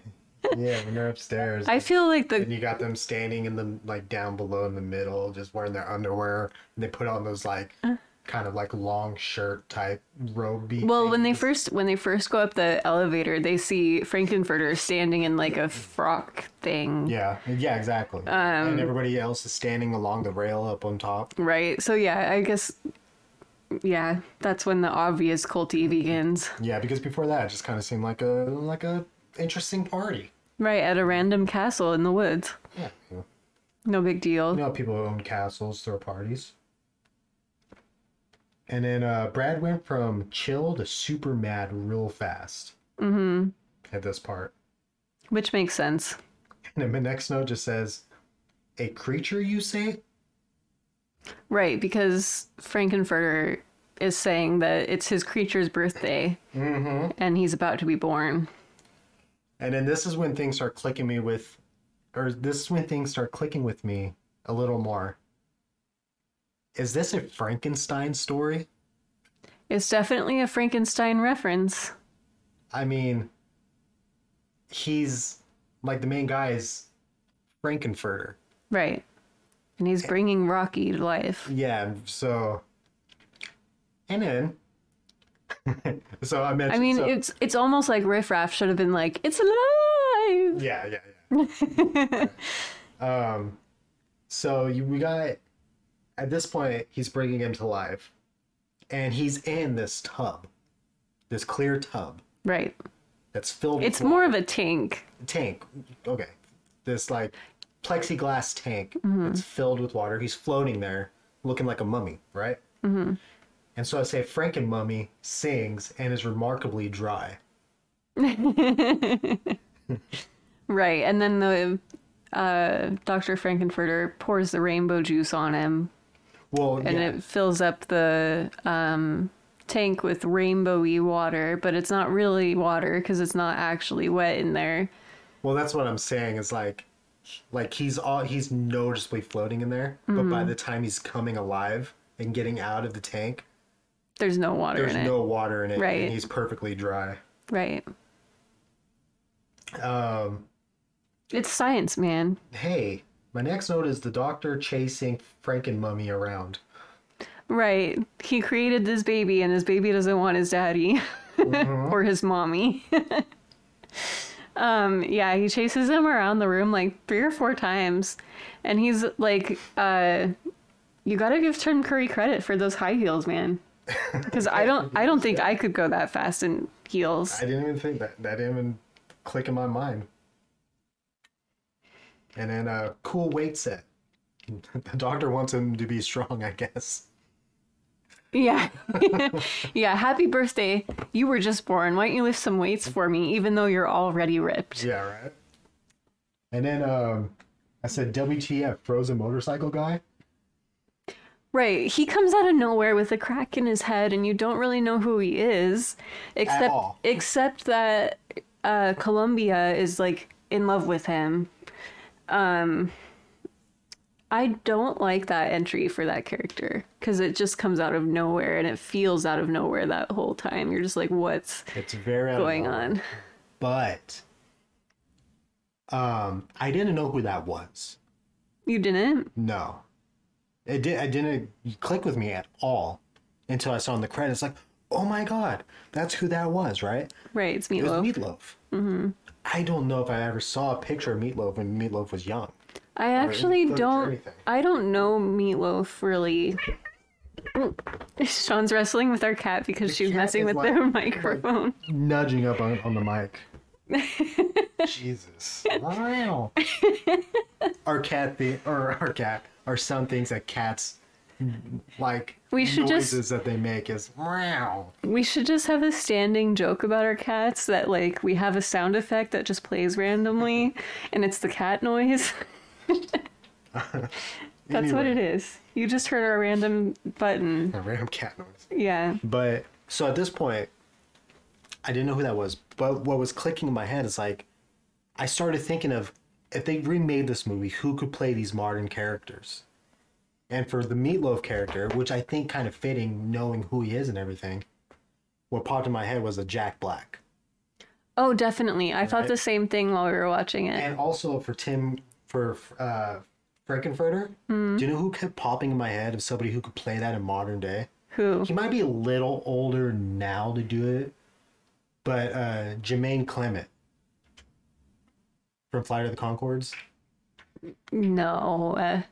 [SPEAKER 1] yeah, when they're upstairs.
[SPEAKER 6] I feel like
[SPEAKER 1] and
[SPEAKER 6] the
[SPEAKER 1] you got them standing in the like down below in the middle, just wearing their underwear. And they put on those like
[SPEAKER 6] Uh.
[SPEAKER 1] kind of like long shirt type robe.
[SPEAKER 6] well when they first when they first go up the elevator, they see Frankenfurter standing in like a frock thing.
[SPEAKER 1] Yeah, yeah, exactly.
[SPEAKER 6] Um.
[SPEAKER 1] and everybody else is standing along the rail up on top.
[SPEAKER 6] Right. So yeah, I guess yeah, that's when the obvious culty begins.
[SPEAKER 1] Yeah, because before that, it just kind of seemed like a like a interesting party.
[SPEAKER 6] Right, at a random castle in the woods.
[SPEAKER 1] Yeah, you
[SPEAKER 6] No big deal.
[SPEAKER 1] know how people who own castles throw parties. And then uh, Brad went from chill to super mad real fast
[SPEAKER 6] hmm
[SPEAKER 1] at this part.
[SPEAKER 6] Which makes sense.
[SPEAKER 1] And then my next note just says, "A creature, you say?"
[SPEAKER 6] Right, because Frankenfurter is saying that it's his creature's birthday
[SPEAKER 1] Mm-hmm.
[SPEAKER 6] and he's about to be born.
[SPEAKER 1] And then this is when things start clicking me with, or this is when things start clicking with me a little more. Is this a Frankenstein story?
[SPEAKER 6] It's definitely a Frankenstein reference.
[SPEAKER 1] I mean, he's like the main guy is Frankenfurter.
[SPEAKER 6] Right. And he's bringing Rocky to life.
[SPEAKER 1] Yeah, so. And then. so I mentioned.
[SPEAKER 6] I mean,
[SPEAKER 1] so-
[SPEAKER 6] it's it's almost like Riff Raff should have been like, "It's alive."
[SPEAKER 1] Yeah, yeah, yeah. um, so you, we got at this point he's bringing him to life, and he's in this tub, this clear tub
[SPEAKER 6] Right.
[SPEAKER 1] that's filled.
[SPEAKER 6] It's
[SPEAKER 1] with
[SPEAKER 6] more
[SPEAKER 1] water.
[SPEAKER 6] of a tank.
[SPEAKER 1] tank. Okay. This like plexiglass
[SPEAKER 6] Mm-hmm. Mm-hmm.
[SPEAKER 1] tank. It's filled with water. He's floating there, looking like a mummy, right? And so I say Franken Mummy sings and is remarkably dry.
[SPEAKER 6] Right, and then the uh, Dr. Frankenfurter pours the rainbow juice on him,
[SPEAKER 1] Well,
[SPEAKER 6] and
[SPEAKER 1] yeah.
[SPEAKER 6] it fills up the um, tank with rainbowy water, but it's not really water because it's not actually wet in there.
[SPEAKER 1] Well, that's what I'm saying is like like he's all he's noticeably floating in there, but by the time he's coming alive and getting out of the tank,
[SPEAKER 6] There's no water
[SPEAKER 1] there's
[SPEAKER 6] in
[SPEAKER 1] no water in it
[SPEAKER 6] Right.
[SPEAKER 1] and he's perfectly dry.
[SPEAKER 6] it. Right.
[SPEAKER 1] Um
[SPEAKER 6] It's science, man.
[SPEAKER 1] hey, my next note is the doctor chasing Franken mummy around.
[SPEAKER 6] Right. He created this baby, and his baby doesn't want his daddy or his mommy. um, yeah, he chases him around the room like three or four times, and he's like, uh, "You gotta give Tim Curry credit for those high heels, man, because I don't, I don't think I could go that fast in heels."
[SPEAKER 1] I didn't even think that that didn't even click in my mind. And then a cool weight set. the doctor wants him to be strong, I guess.
[SPEAKER 6] Yeah, yeah. Happy birthday! You were just born. Why don't you lift some weights for me, even though you're already ripped?
[SPEAKER 1] Yeah, right. And then um, I said, WTF, frozen motorcycle guy?
[SPEAKER 6] Right. He comes out of nowhere with a crack in his head and you don't really know who he is except
[SPEAKER 1] all.
[SPEAKER 6] except that uh Columbia is like in love with him. Um I don't like that entry for that character cuz it just comes out of nowhere and it feels out of nowhere that whole time. You're just like what's
[SPEAKER 1] It's very out of
[SPEAKER 6] going
[SPEAKER 1] order.
[SPEAKER 6] on?
[SPEAKER 1] But um, I didn't know who that was.
[SPEAKER 6] You didn't?
[SPEAKER 1] No, it did. I didn't click with me at all until I saw in the credits. Like, oh my god, that's who that was, right?
[SPEAKER 6] Right, it's
[SPEAKER 1] It was
[SPEAKER 6] Meatloaf.
[SPEAKER 1] Meatloaf. Mm-hmm. I don't know if I ever saw a picture of Meatloaf when Meatloaf was young.
[SPEAKER 6] I actually
[SPEAKER 1] footage or
[SPEAKER 6] don't.
[SPEAKER 1] anything.
[SPEAKER 6] I don't know Meatloaf really. Sean's wrestling with our cat because she's
[SPEAKER 1] cat
[SPEAKER 6] messing
[SPEAKER 1] is
[SPEAKER 6] with
[SPEAKER 1] like-
[SPEAKER 6] their microphone.
[SPEAKER 1] Nudging up on, on the mic. Jesus. Wow. our cat the or our cat our sound things that cats like
[SPEAKER 6] We should just-
[SPEAKER 1] noises that they make is wow.
[SPEAKER 6] We should just have a standing joke about our cats that like we have a sound effect that just plays randomly, and it's the cat noise. That's what it
[SPEAKER 1] Anyway.
[SPEAKER 6] is. You just heard our random button.
[SPEAKER 1] A random cat noise.
[SPEAKER 6] Yeah.
[SPEAKER 1] But so at this point, I didn't know who that was. But what was clicking in my head is like, I started thinking of if they remade this movie, who could play these modern characters? And for the Meatloaf character, which I think kind of fitting, knowing who he is and everything, what popped in my head was a Jack Black.
[SPEAKER 6] Oh, definitely. I thought
[SPEAKER 1] Right.
[SPEAKER 6] the same thing while we were watching it.
[SPEAKER 1] And also for Tim, for uh, Frankenfurter, do you know who kept popping in my head of somebody who could play that in modern day?
[SPEAKER 6] Who?
[SPEAKER 1] He might be a little older now to do it, but uh, Jermaine Clement from Flight of the Concords.
[SPEAKER 6] No. Uh,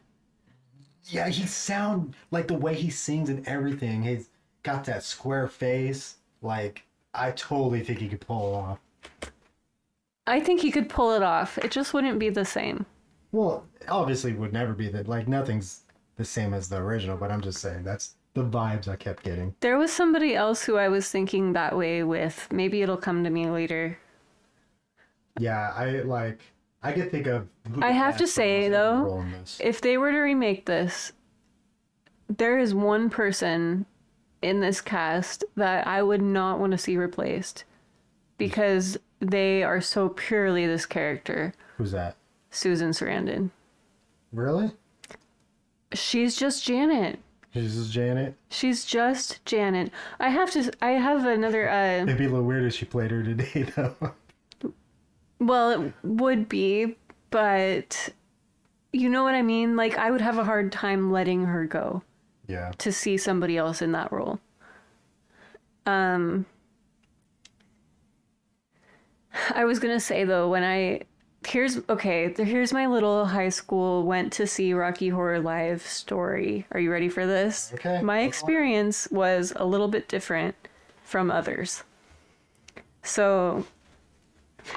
[SPEAKER 1] Yeah, he sound like the way he sings and everything. He's got that square face. Like I totally think he could pull it off.
[SPEAKER 6] I think he could pull it off. It just wouldn't be the same.
[SPEAKER 1] Well, obviously it would never be that. Like nothing's the same as the original. But I'm just saying that's the vibes I kept getting.
[SPEAKER 6] There was somebody else who I was thinking that way with. Maybe it'll come to me later.
[SPEAKER 1] Yeah, I like. I could think of. who
[SPEAKER 6] I
[SPEAKER 1] the
[SPEAKER 6] have
[SPEAKER 1] cast
[SPEAKER 6] to say,
[SPEAKER 1] was in the
[SPEAKER 6] though,
[SPEAKER 1] role in this.
[SPEAKER 6] If they were to remake this, there is one person in this cast that I would not want to see replaced because they are so purely this character,
[SPEAKER 1] who's that?
[SPEAKER 6] Susan Sarandon.
[SPEAKER 1] Really?
[SPEAKER 6] She's just Janet.
[SPEAKER 1] This is Janet.
[SPEAKER 6] She's just Janet. I have to I have another uh
[SPEAKER 1] It'd be a little weird if she played her today, though.
[SPEAKER 6] Well, it would be, but you know what I mean? Like, I would have a hard time letting her go
[SPEAKER 1] Yeah.
[SPEAKER 6] to see somebody else in that role. Um, I was gonna say though, when I here's okay, th- here's my little high school went to see Rocky Horror Live story. Are you ready for this?
[SPEAKER 1] Okay.
[SPEAKER 6] My experience was a little bit different from others. So,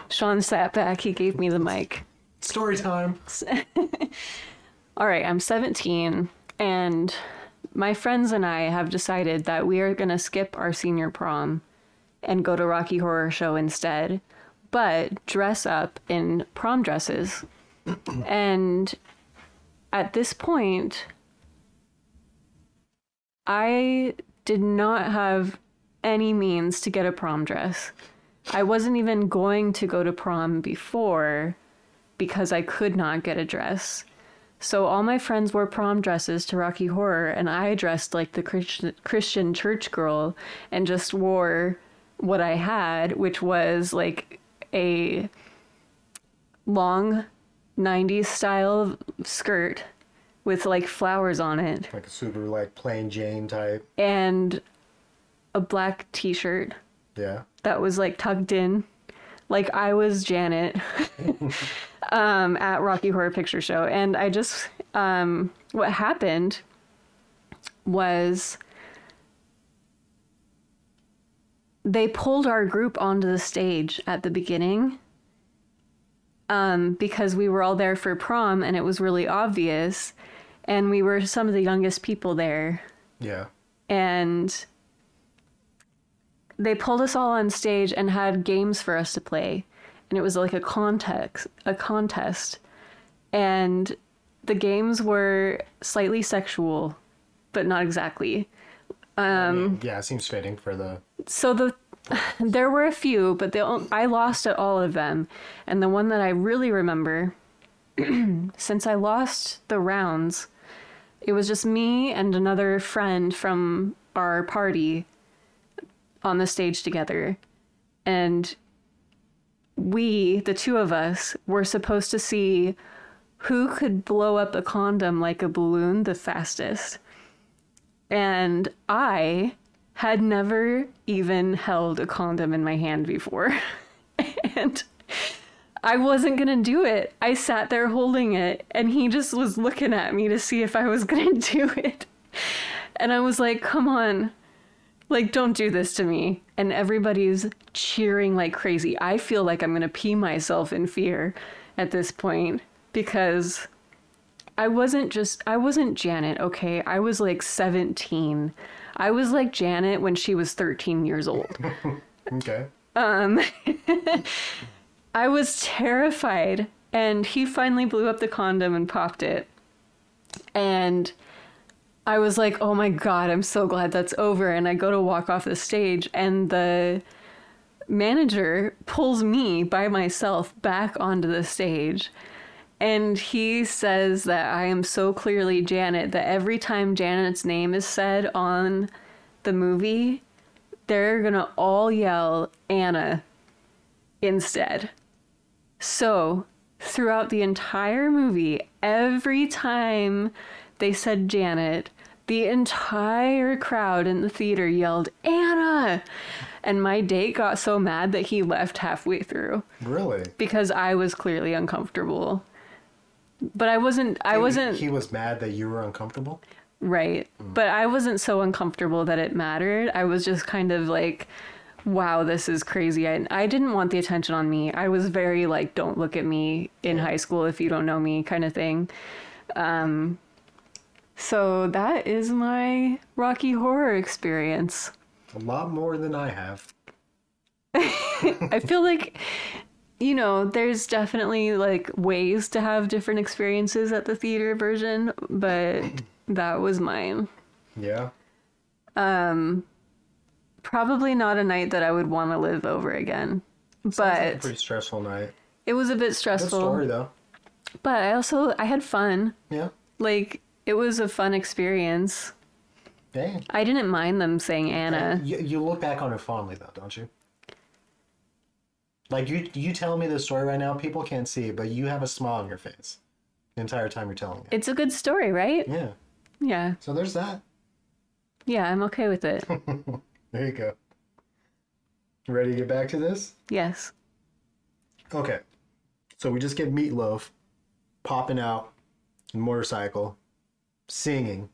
[SPEAKER 6] Sean sat back. He gave me the mic.
[SPEAKER 1] Story time.
[SPEAKER 6] All right, I'm 17 and My friends and I have decided that we are going to skip our senior prom and go to Rocky Horror Show instead, but dress up in prom dresses. and at this point, I did not have any means to get a prom dress. I wasn't even going to go to prom before because I could not get a dress. So all my friends wore prom dresses to Rocky Horror, and I dressed like the Christian, Christian church girl and just wore what I had, which was like a long 90s style skirt with like flowers on it
[SPEAKER 1] Like a Subaru, like plain Jane type.
[SPEAKER 6] and a black t shirt
[SPEAKER 1] Yeah.
[SPEAKER 6] that was like tucked in. Like I was Janet um, at Rocky Horror Picture Show. And I just, um, what happened was they pulled our group onto the stage at the beginning um, because we were all there for prom and it was really obvious. And we were some of the youngest people there
[SPEAKER 1] Yeah.
[SPEAKER 6] and they pulled us all on stage and had games for us to play and it was like a context a contest and the games were slightly sexual but not exactly
[SPEAKER 1] yeah, it seems fitting for the.
[SPEAKER 6] so the there were a few but the on- I lost at all of them and the one that I really remember since I lost the rounds it was just me and another friend from our party on the stage together and we the two of us were supposed to see who could blow up a condom like a balloon the fastest and I had never even held a condom in my hand before. and I wasn't going to do it. I sat there holding it, and he just was looking at me to see if I was going to do it. And I was like, come on, like, don't do this to me. And everybody's cheering like crazy. I feel like I'm going to pee myself in fear at this point because I wasn't just I wasn't Janet, okay? I was like 17. I was like Janet when she was 13 years old.
[SPEAKER 1] Okay.
[SPEAKER 6] I was terrified and he finally blew up the condom and popped it. And I was like, "Oh my god, I'm so glad that's over." And I go to walk off the stage and the manager pulls me by myself back onto the stage. And he says that I am so clearly Janet that every time Janet's name is said on the movie, they're going to all yell Anna instead. So, throughout the entire movie, every time they said Janet, the entire crowd in the theater yelled Anna. And my date got so mad that he left halfway through
[SPEAKER 1] Really?
[SPEAKER 6] because I was clearly uncomfortable. But I wasn't I wasn't
[SPEAKER 1] He was mad that you were uncomfortable.
[SPEAKER 6] Right. But I wasn't so uncomfortable that it mattered. I was just kind of like, wow, this is crazy. I, I didn't want the attention on me. I was very like, don't look at me in high school if you don't know me kind of thing. Um, so that is my Rocky Horror experience.
[SPEAKER 1] A lot more than I have.
[SPEAKER 6] I feel like, you know, there's definitely like ways to have different experiences at the theater version, but that was mine.
[SPEAKER 1] Yeah.
[SPEAKER 6] Um, probably not a night that I would want to live over again.
[SPEAKER 1] It's a
[SPEAKER 6] But
[SPEAKER 1] pretty stressful night.
[SPEAKER 6] it was a bit
[SPEAKER 1] Good story
[SPEAKER 6] stressful.
[SPEAKER 1] though.
[SPEAKER 6] But I also I had fun.
[SPEAKER 1] Yeah.
[SPEAKER 6] Like it was a fun experience.
[SPEAKER 1] Dang.
[SPEAKER 6] I didn't mind them saying Anna.
[SPEAKER 1] You, you look back on it fondly though, don't you? Like you you tell me this story right now, people can't see it, but you have a smile on your face the entire time you're telling it.
[SPEAKER 6] It's a good story, right?
[SPEAKER 1] Yeah.
[SPEAKER 6] Yeah.
[SPEAKER 1] So there's that.
[SPEAKER 6] Yeah, I'm okay with it.
[SPEAKER 1] There you go. Ready to get back to this?
[SPEAKER 6] yes.
[SPEAKER 1] Okay. So we just get meatloaf popping out, motorcycle, singing.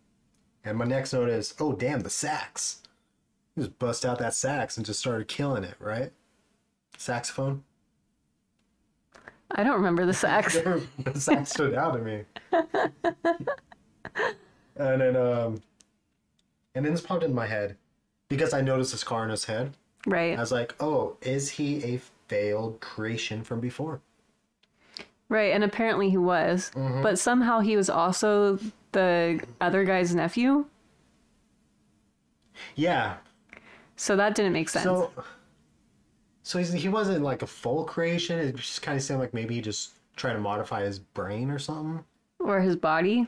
[SPEAKER 1] And my next note is, oh damn, the sax. He just bust out that sax and just started killing it, right? Saxophone?
[SPEAKER 6] I don't remember the sax.
[SPEAKER 1] the sax stood out to me. and then um And then this popped into my head because I noticed the scar on his head.
[SPEAKER 6] Right.
[SPEAKER 1] I was like, oh, is he a failed creation from before?
[SPEAKER 6] Right, and apparently he was.
[SPEAKER 1] Mm-hmm.
[SPEAKER 6] But somehow he was also the other guy's nephew.
[SPEAKER 1] Yeah.
[SPEAKER 6] So that didn't make sense.
[SPEAKER 1] So, so he's, he wasn't like a full creation. It just kind of seemed like maybe he just tried to modify his brain or something.
[SPEAKER 6] or his body.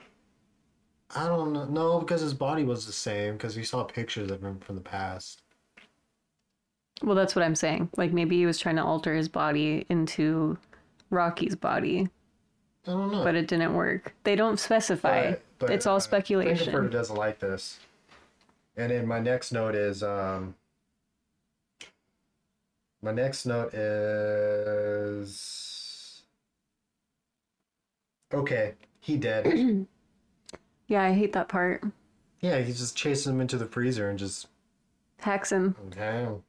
[SPEAKER 1] I don't know. No, because his body was the same because we saw pictures of him from the past.
[SPEAKER 6] Well, that's what I'm saying. Like maybe he was trying to alter his body into Rocky's body,
[SPEAKER 1] I don't know.
[SPEAKER 6] but it didn't work. They don't specify.
[SPEAKER 1] but,
[SPEAKER 6] it's all
[SPEAKER 1] uh, Frankenfurter
[SPEAKER 6] speculation.
[SPEAKER 1] doesn't like this. And then my next note is um my next note is Okay, he dead.
[SPEAKER 6] Yeah, I hate that part.
[SPEAKER 1] yeah, he just chases him into the freezer and just
[SPEAKER 6] Hacks him.
[SPEAKER 1] damn.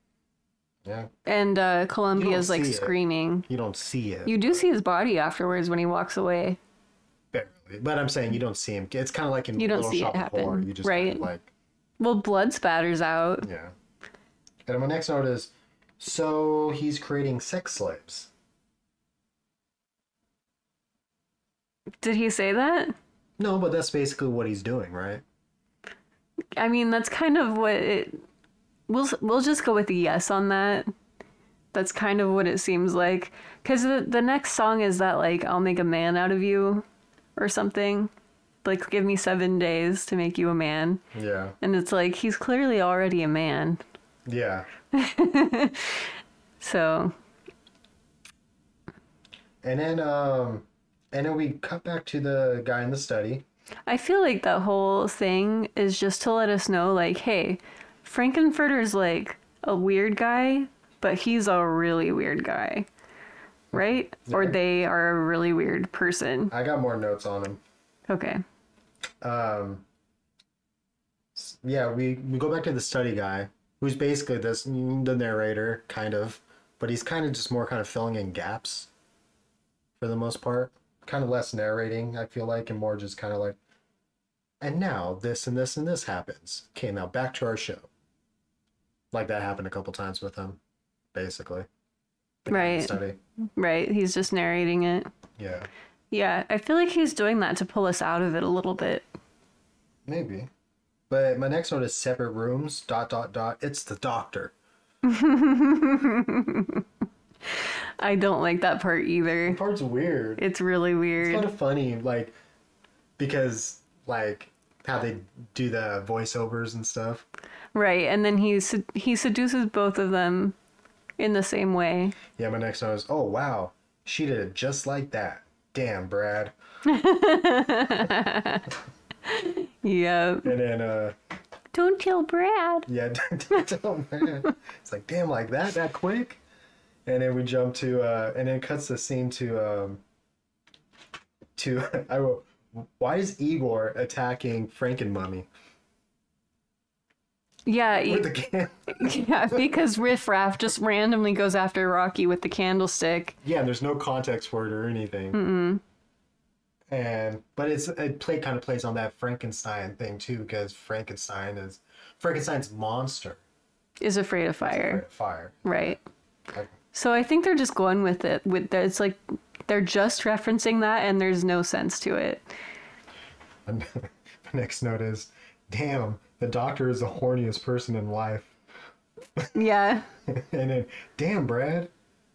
[SPEAKER 1] Yeah.
[SPEAKER 6] And uh, Columbia's like
[SPEAKER 1] see it.
[SPEAKER 6] screaming.
[SPEAKER 1] You don't see it.
[SPEAKER 6] You do see his body afterwards when he walks away.
[SPEAKER 1] barely. But I'm saying you don't see him. It's kinda like in
[SPEAKER 6] You don't
[SPEAKER 1] Little
[SPEAKER 6] see
[SPEAKER 1] Shop
[SPEAKER 6] it
[SPEAKER 1] of Horror.
[SPEAKER 6] happen,
[SPEAKER 1] You just kinda
[SPEAKER 6] right?
[SPEAKER 1] like
[SPEAKER 6] Well, blood spatters out.
[SPEAKER 1] Yeah. And my next note is so he's creating sex slaves.
[SPEAKER 6] Did he say that?
[SPEAKER 1] No, but that's basically what he's doing, right?
[SPEAKER 6] I mean, that's kind of what it. We'll we'll just go with a yes on that. That's kind of what it seems like. Cause the the next song is that like I'll make a man out of you, or something. Like give me seven days to make you a man,
[SPEAKER 1] Yeah.
[SPEAKER 6] and it's like he's clearly already a man.
[SPEAKER 1] Yeah.
[SPEAKER 6] So
[SPEAKER 1] And then um and then we cut back to the guy in the study.
[SPEAKER 6] I feel like that whole thing is just to let us know, like, hey, Frankenfurter's like a weird guy, but he's a really weird guy, right? Or they are a really weird person.
[SPEAKER 1] I got more notes on him.
[SPEAKER 6] Okay.
[SPEAKER 1] Um s- yeah, we we go back to the study guy, who's basically this mm, the narrator kind of, but he's kind of just more kind of filling in gaps for the most part. Kind of less narrating, I feel like, and more just kind of like and now this and this and this happens. Okay, now back to our show. Like that happened a couple times with him, basically. The guy in the
[SPEAKER 6] Right.
[SPEAKER 1] Study.
[SPEAKER 6] Right. He's just narrating it.
[SPEAKER 1] Yeah.
[SPEAKER 6] Yeah. I feel like he's doing that to pull us out of it a little bit.
[SPEAKER 1] Maybe. But my next one is separate rooms, dot dot dot. It's the doctor.
[SPEAKER 6] I don't like that part either.
[SPEAKER 1] part's weird.
[SPEAKER 6] It's really
[SPEAKER 1] It's
[SPEAKER 6] weird.
[SPEAKER 1] kind of funny, like because like how they do the voiceovers and stuff.
[SPEAKER 6] Right. And then he, sed- he seduces both of them in the same way.
[SPEAKER 1] Yeah, my next one is oh wow, she did it just like that. Damn, Brad.
[SPEAKER 6] Yep.
[SPEAKER 1] And then uh
[SPEAKER 6] Don't tell Brad.
[SPEAKER 1] yeah, oh man, it's like damn like that that quick. And then we jump to uh and then it cuts the scene to um to I will. Why is Igor attacking Frank and Mummy
[SPEAKER 6] Yeah, e-,
[SPEAKER 1] with the can?
[SPEAKER 6] yeah, because Riff Raff just randomly goes after Rocky with the candlestick.
[SPEAKER 1] Yeah, there's no context for it or anything. And but it's it play kind of plays on that Frankenstein thing too, because Frankenstein is Frankenstein's monster
[SPEAKER 6] Is afraid of fire,
[SPEAKER 1] at fire.
[SPEAKER 6] right?
[SPEAKER 1] Like,
[SPEAKER 6] So I think they're just going with it. With the, it's like they're just referencing that, and there's no sense to it.
[SPEAKER 1] my next note is, damn, the doctor is the horniest person in life.
[SPEAKER 6] Yeah,
[SPEAKER 1] And then, damn, Brad,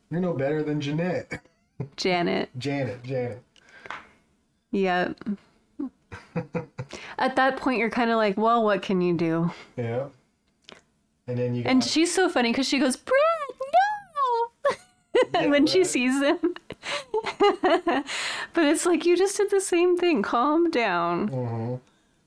[SPEAKER 1] you're no better than Jeanette,
[SPEAKER 6] Janet.
[SPEAKER 1] Janet, Janet.
[SPEAKER 6] Yep. At that point, you're kind of like, well, what can you do?
[SPEAKER 1] Yeah. And then you.
[SPEAKER 6] And
[SPEAKER 1] got-
[SPEAKER 6] she's so funny because she goes, Brad, no! when she sees them. but it's like, you just did the same thing. Calm down.
[SPEAKER 1] Mm-hmm.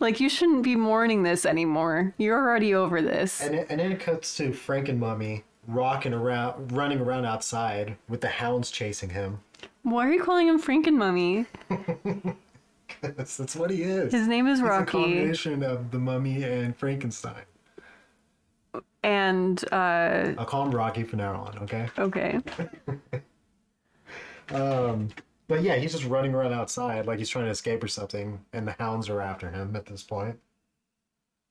[SPEAKER 6] Like, you shouldn't be mourning this anymore. You're already over this.
[SPEAKER 1] And, it, and then it cuts to Frank and Mummy rocking around, running around outside with the hounds chasing him.
[SPEAKER 6] Why are you calling him Frankenmummy?
[SPEAKER 1] That's, that's what he is.
[SPEAKER 6] His name is
[SPEAKER 1] He's a
[SPEAKER 6] Rocky.
[SPEAKER 1] combination of the mummy and Frankenstein.
[SPEAKER 6] And, uh,
[SPEAKER 1] I'll call him Rocky from now on, okay?
[SPEAKER 6] okay.
[SPEAKER 1] Um, But yeah, he's just running around outside like he's trying to escape or something, and the hounds are after him at this point.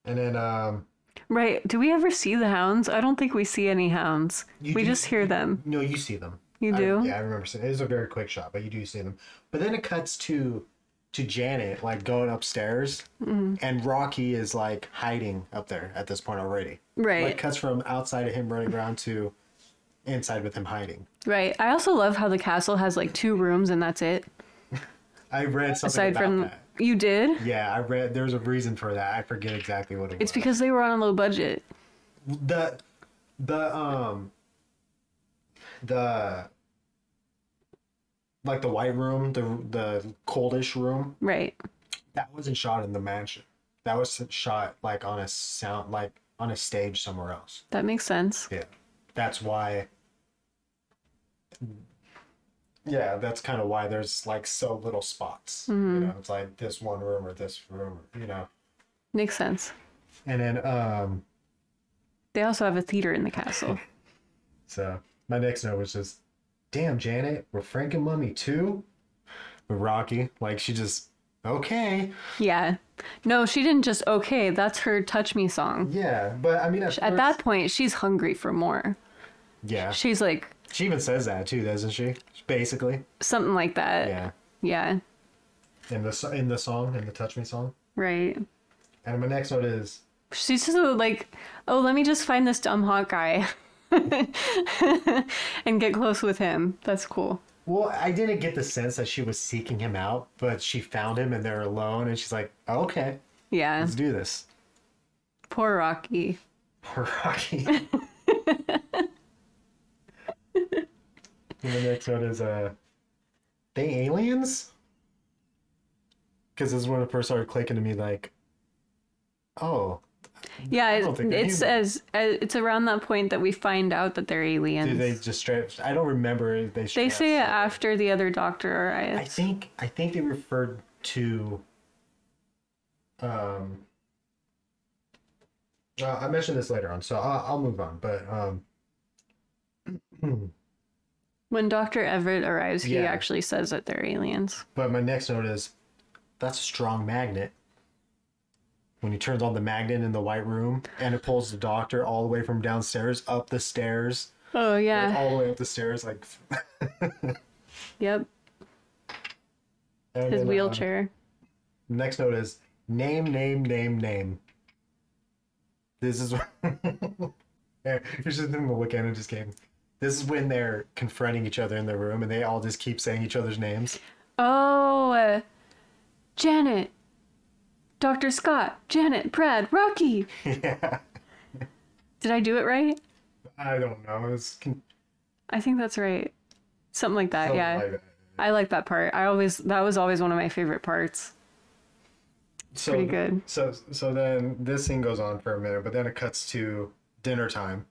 [SPEAKER 1] And then um,
[SPEAKER 6] Right. Do we ever see the hounds? I don't think we see any hounds.
[SPEAKER 1] You
[SPEAKER 6] we
[SPEAKER 1] do-
[SPEAKER 6] just hear them.
[SPEAKER 1] no, you see them.
[SPEAKER 6] You
[SPEAKER 1] I-
[SPEAKER 6] do?
[SPEAKER 1] yeah, I remember seeing. It was a very quick shot, but you do see them. But then it cuts to to Janet like going upstairs,
[SPEAKER 6] Mm-hmm.
[SPEAKER 1] and Rocky is like hiding up there at this point already.
[SPEAKER 6] Right.
[SPEAKER 1] Like uh, cuts from outside of him running around to inside with him hiding.
[SPEAKER 6] Right. I also love how the castle has like two rooms and that's it.
[SPEAKER 1] I read something
[SPEAKER 6] Aside
[SPEAKER 1] about
[SPEAKER 6] from
[SPEAKER 1] that.
[SPEAKER 6] you did?
[SPEAKER 1] Yeah, I read. There's a reason for that. I forget exactly what it
[SPEAKER 6] It's
[SPEAKER 1] was.
[SPEAKER 6] because they were on a low budget.
[SPEAKER 1] the the um the like the white room, the the coldish room.
[SPEAKER 6] Right.
[SPEAKER 1] That wasn't shot in the mansion. That was shot like on a sound like on a stage somewhere else.
[SPEAKER 6] That makes sense.
[SPEAKER 1] Yeah. That's why Yeah, that's kind of why there's like so little spots.
[SPEAKER 6] Mm-hmm.
[SPEAKER 1] You know, it's like this one room or this room, you know.
[SPEAKER 6] Makes sense.
[SPEAKER 1] And then um
[SPEAKER 6] They also have a theater in the castle.
[SPEAKER 1] so my next note was just damn Janet, we're Frank and Mummy too? With Rocky. Like she just okay.
[SPEAKER 6] yeah. No, she didn't just okay. That's her touch me song.
[SPEAKER 1] Yeah. But I mean at,
[SPEAKER 6] At
[SPEAKER 1] first-
[SPEAKER 6] that point, she's hungry for more.
[SPEAKER 1] Yeah.
[SPEAKER 6] She's like
[SPEAKER 1] She even says that too, doesn't she? Basically.
[SPEAKER 6] something like that.
[SPEAKER 1] Yeah.
[SPEAKER 6] Yeah.
[SPEAKER 1] In the so- in the song, in the Touch Me song.
[SPEAKER 6] Right.
[SPEAKER 1] And my next note is
[SPEAKER 6] She's just like, oh, let me just find this dumb hot guy and get close with him. That's cool.
[SPEAKER 1] Well, I didn't get the sense that she was seeking him out, but she found him and they're alone, and she's like, "Okay,
[SPEAKER 6] Yeah.
[SPEAKER 1] let's do this."
[SPEAKER 6] Poor Rocky.
[SPEAKER 1] Poor Rocky. and the next one is, uh, they aliens? Because this is when the first started clicking to me, like, oh,
[SPEAKER 6] Yeah,
[SPEAKER 1] don't
[SPEAKER 6] it,
[SPEAKER 1] think they're
[SPEAKER 6] it's
[SPEAKER 1] human.
[SPEAKER 6] as as- it's around that point that we find out that they're aliens.
[SPEAKER 1] do they
[SPEAKER 6] they
[SPEAKER 1] just straight? I don't remember. If they straight up
[SPEAKER 6] say it
[SPEAKER 1] said that.
[SPEAKER 6] after the other doctor
[SPEAKER 1] I
[SPEAKER 6] arrives.
[SPEAKER 1] think I think they
[SPEAKER 6] Mm-hmm.
[SPEAKER 1] referred to. Um, uh, I mentioned this later on, so I'll, I'll move on. But um,
[SPEAKER 6] When Doctor Everett arrives, he
[SPEAKER 1] Yeah.
[SPEAKER 6] actually says that they're aliens.
[SPEAKER 1] but my next note is, that's a strong magnet. When he turns on the magnet in the white room, and it pulls the doctor all the way from downstairs up the stairs,
[SPEAKER 6] Oh yeah.
[SPEAKER 1] like, all the way up the stairs, like
[SPEAKER 6] yep.
[SPEAKER 1] and
[SPEAKER 6] His
[SPEAKER 1] then, uh,
[SPEAKER 6] wheelchair.
[SPEAKER 1] next note is name, name, name, name. This is Yeah, here's just them to look at and just game. This is when they're confronting each other in the room and they all just keep saying each other's names.
[SPEAKER 6] Oh, uh, Janet. Doctor Scott. Janet. Brad. Rocky.
[SPEAKER 1] yeah.
[SPEAKER 6] Did I do it right?
[SPEAKER 1] I don't know. It's con-
[SPEAKER 6] I think that's right. Something like that,
[SPEAKER 1] something
[SPEAKER 6] yeah.
[SPEAKER 1] like that.
[SPEAKER 6] I like that part. I always that was always one of my favorite parts.
[SPEAKER 1] so,
[SPEAKER 6] pretty good.
[SPEAKER 1] So so then this scene goes on for a minute, but then it cuts to dinner time.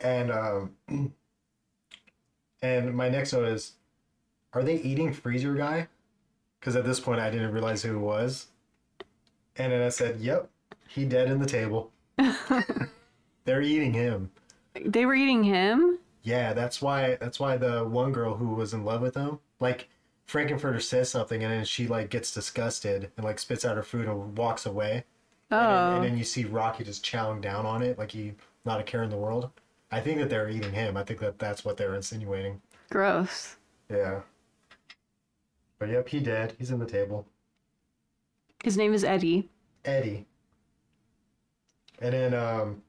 [SPEAKER 1] And um and my next note is are they eating freezer guy? Cuz at this point I didn't realize who it was. And then I said, "Yep, he dead in the table." They're eating him.
[SPEAKER 6] They were eating him?
[SPEAKER 1] Yeah, that's why that's why the one girl who was in love with him, like Frankenfurter says something and then she like gets disgusted and like spits out her food and walks away.
[SPEAKER 6] Oh.
[SPEAKER 1] And, then- and then you see Rocky just chowing down on it like he not a care in the world. I think that they're eating him. I think that that's what they're insinuating.
[SPEAKER 6] gross.
[SPEAKER 1] Yeah. But yep, he dead. He's in the table.
[SPEAKER 6] His name is Eddie.
[SPEAKER 1] Eddie. And then um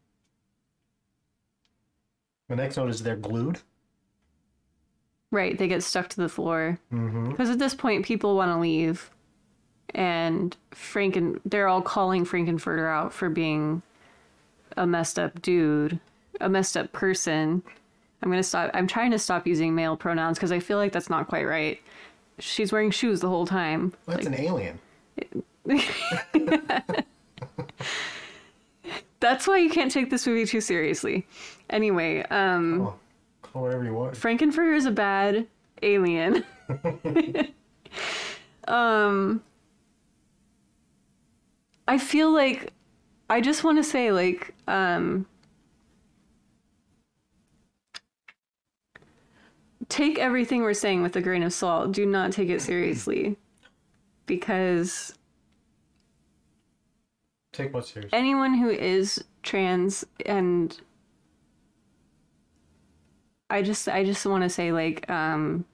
[SPEAKER 1] the next note is they're glued.
[SPEAKER 6] Right, they get stuck to the floor.
[SPEAKER 1] Mm-hmm.
[SPEAKER 6] Because at this point people want to leave. And Franken they're all calling Frankenfurter out for being a messed up dude, a messed up person. I'm gonna stop I'm trying to stop using male pronouns because I feel like that's not quite right. She's wearing shoes the whole time.
[SPEAKER 1] That's an alien.
[SPEAKER 6] That's why you can't take this movie too seriously. Anyway, um,
[SPEAKER 1] Oh, call whatever you want.
[SPEAKER 6] Frankenfurter is a bad alien. um, I feel like I just want to say, like, um, take everything we're saying with a grain of salt. Do not take it seriously because
[SPEAKER 1] Take what serious?
[SPEAKER 6] anyone who is trans and I just I just want to say like um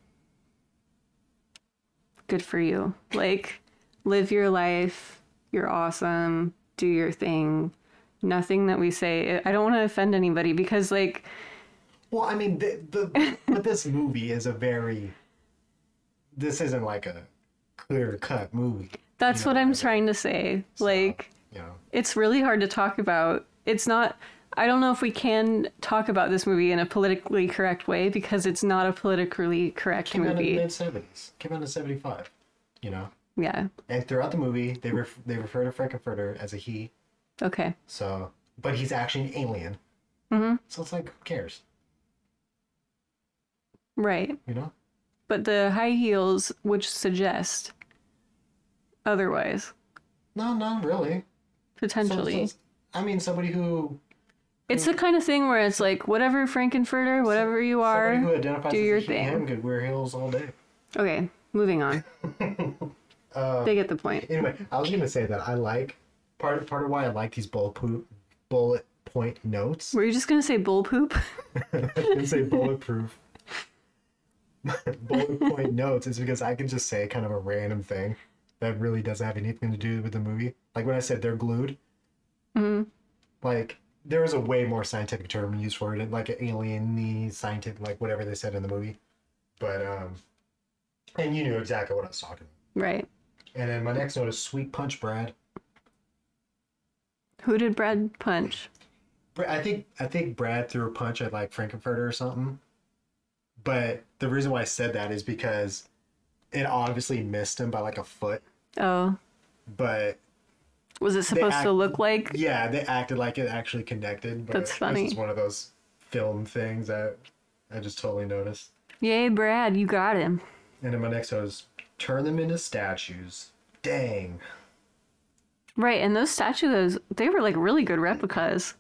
[SPEAKER 6] good for you. Like live your life. You're awesome. Do your thing. Nothing that we say I don't want to offend anybody because like
[SPEAKER 1] Well, I mean, the, the but this movie is a very. This isn't like a clear cut movie.
[SPEAKER 6] that's what I'm trying to say. Like
[SPEAKER 1] You know,
[SPEAKER 6] it's really hard to talk about. It's not. I don't know if we can talk about this movie in a politically correct way because it's not a politically correct
[SPEAKER 1] came out in the
[SPEAKER 6] movie.
[SPEAKER 1] mid seventies. Came out in seventy five. You know,
[SPEAKER 6] Yeah.
[SPEAKER 1] and throughout the movie, they ref- they refer to Frankenfurter as a he.
[SPEAKER 6] Okay.
[SPEAKER 1] So, but he's actually an alien.
[SPEAKER 6] Mhm.
[SPEAKER 1] So it's like, who cares?
[SPEAKER 6] Right.
[SPEAKER 1] You know.
[SPEAKER 6] But the high heels would suggest otherwise,
[SPEAKER 1] No, not really. So- so
[SPEAKER 6] potentially.
[SPEAKER 1] it's- I mean, somebody who
[SPEAKER 6] it's the kind of thing where it's like, whatever Frankenfurter, whatever you
[SPEAKER 1] somebody who
[SPEAKER 6] are.
[SPEAKER 1] identifies
[SPEAKER 6] do
[SPEAKER 1] as a
[SPEAKER 6] your
[SPEAKER 1] he,
[SPEAKER 6] thing.
[SPEAKER 1] him could wear heels all day.
[SPEAKER 6] Okay. Moving on.
[SPEAKER 1] Uh,
[SPEAKER 6] they get the point.
[SPEAKER 1] Anyway, I was gonna say that I like part part of why I like these bullet po- bullet point notes.
[SPEAKER 6] Were you just gonna say bull poop?
[SPEAKER 1] I didn't say bulletproof. bullet point notes is because I can just say kind of a random thing that really doesn't have anything to do with the movie. Like when I said they're glued,
[SPEAKER 6] Mm-hmm.
[SPEAKER 1] like there is a way more scientific term used for it, like an alien scientific, like whatever they said in the movie. But um, and you knew exactly what I was talking about.
[SPEAKER 6] right.
[SPEAKER 1] And then my next note is sweet punch, Brad.
[SPEAKER 6] Who did Brad punch?
[SPEAKER 1] Br- I think I think Brad threw a punch at like Frankenfurter or something. But the reason why I said that is because it obviously missed him by like a foot.
[SPEAKER 6] Oh.
[SPEAKER 1] But
[SPEAKER 6] Was it supposed
[SPEAKER 1] act-
[SPEAKER 6] to look like
[SPEAKER 1] yeah, they acted like it actually connected. But
[SPEAKER 6] That's funny.
[SPEAKER 1] This is one of those film things that I just totally noticed.
[SPEAKER 6] Yay, Brad, you got him.
[SPEAKER 1] And then my next note is turn them into statues. Dang.
[SPEAKER 6] Right, and those statues, they were like really good replicas.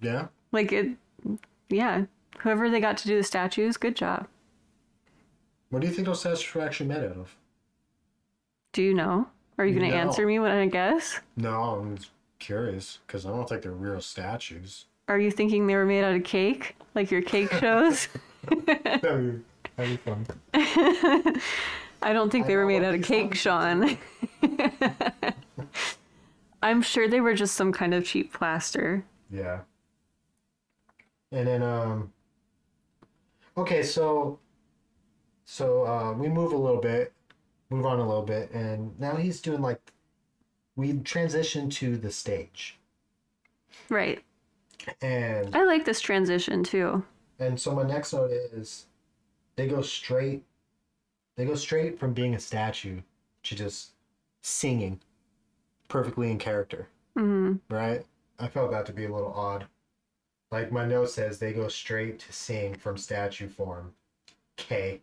[SPEAKER 1] Yeah.
[SPEAKER 6] Like it, yeah. Whoever they got to do the statues, good job.
[SPEAKER 1] What do you think those statues were actually made out of?
[SPEAKER 6] Do you know? Are you going to
[SPEAKER 1] No.
[SPEAKER 6] answer me when I guess?
[SPEAKER 1] No, I'm curious because I don't think they're real statues.
[SPEAKER 6] Are you thinking they were made out of cake, like your cake shows?
[SPEAKER 1] That'd be, that'd be fun.
[SPEAKER 6] I don't think they were
[SPEAKER 1] know
[SPEAKER 6] made
[SPEAKER 1] what
[SPEAKER 6] out of
[SPEAKER 1] these
[SPEAKER 6] cake, Sean. I'm sure they were just some kind of cheap plaster.
[SPEAKER 1] Yeah. And then um okay, so so uh we move a little bit, move on a little bit, and now he's doing like we transition to the stage.
[SPEAKER 6] Right.
[SPEAKER 1] And
[SPEAKER 6] I like this transition too.
[SPEAKER 1] and so my next note is they go straight they go straight from being a statue to just singing perfectly in character.
[SPEAKER 6] hmm
[SPEAKER 1] right? I felt that to be a little odd. Like my note says, they go straight to seeing from statue form. K.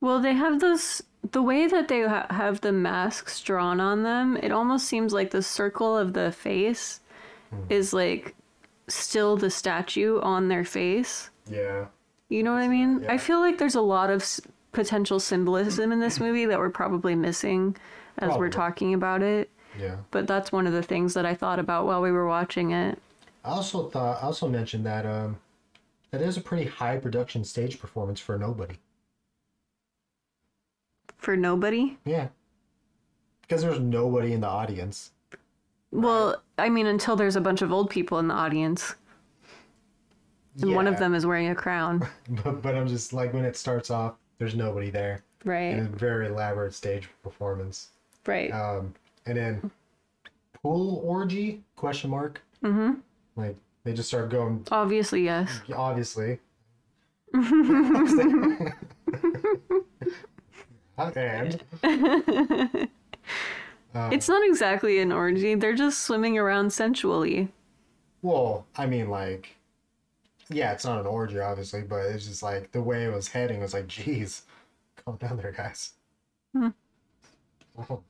[SPEAKER 6] Well, they have those. The way that they ha- have the masks drawn on them, it almost seems like the circle of the face
[SPEAKER 1] Hmm.
[SPEAKER 6] is like still the statue on their face.
[SPEAKER 1] Yeah.
[SPEAKER 6] You know what I mean?
[SPEAKER 1] yeah.
[SPEAKER 6] I feel like there's a lot of s- potential symbolism in this movie that we're probably missing as
[SPEAKER 1] Probably.
[SPEAKER 6] we're talking about it.
[SPEAKER 1] Yeah.
[SPEAKER 6] But that's one of the things that I thought about while we were watching it.
[SPEAKER 1] I also thought, I also mentioned that um, that is a pretty high production stage performance for nobody.
[SPEAKER 6] For nobody?
[SPEAKER 1] Yeah. Because there's nobody in the audience.
[SPEAKER 6] Well, I mean, until there's a bunch of old people in the audience, and one of
[SPEAKER 1] Yeah.
[SPEAKER 6] them is wearing a crown.
[SPEAKER 1] But, but I'm just like when it starts off, there's nobody there.
[SPEAKER 6] Right.
[SPEAKER 1] And a very elaborate stage performance.
[SPEAKER 6] Right.
[SPEAKER 1] Um, and then pool orgy question mark. Mm-hmm. Like they just start going
[SPEAKER 6] Obviously, yes.
[SPEAKER 1] Yeah, obviously. and
[SPEAKER 6] it's not exactly an orgy. They're just swimming around sensually.
[SPEAKER 1] well, I mean, like, yeah, it's not an orgy, obviously, but it's just like the way it was heading was like, geez, calm down there, guys.
[SPEAKER 6] Hmm.
[SPEAKER 1] Uh,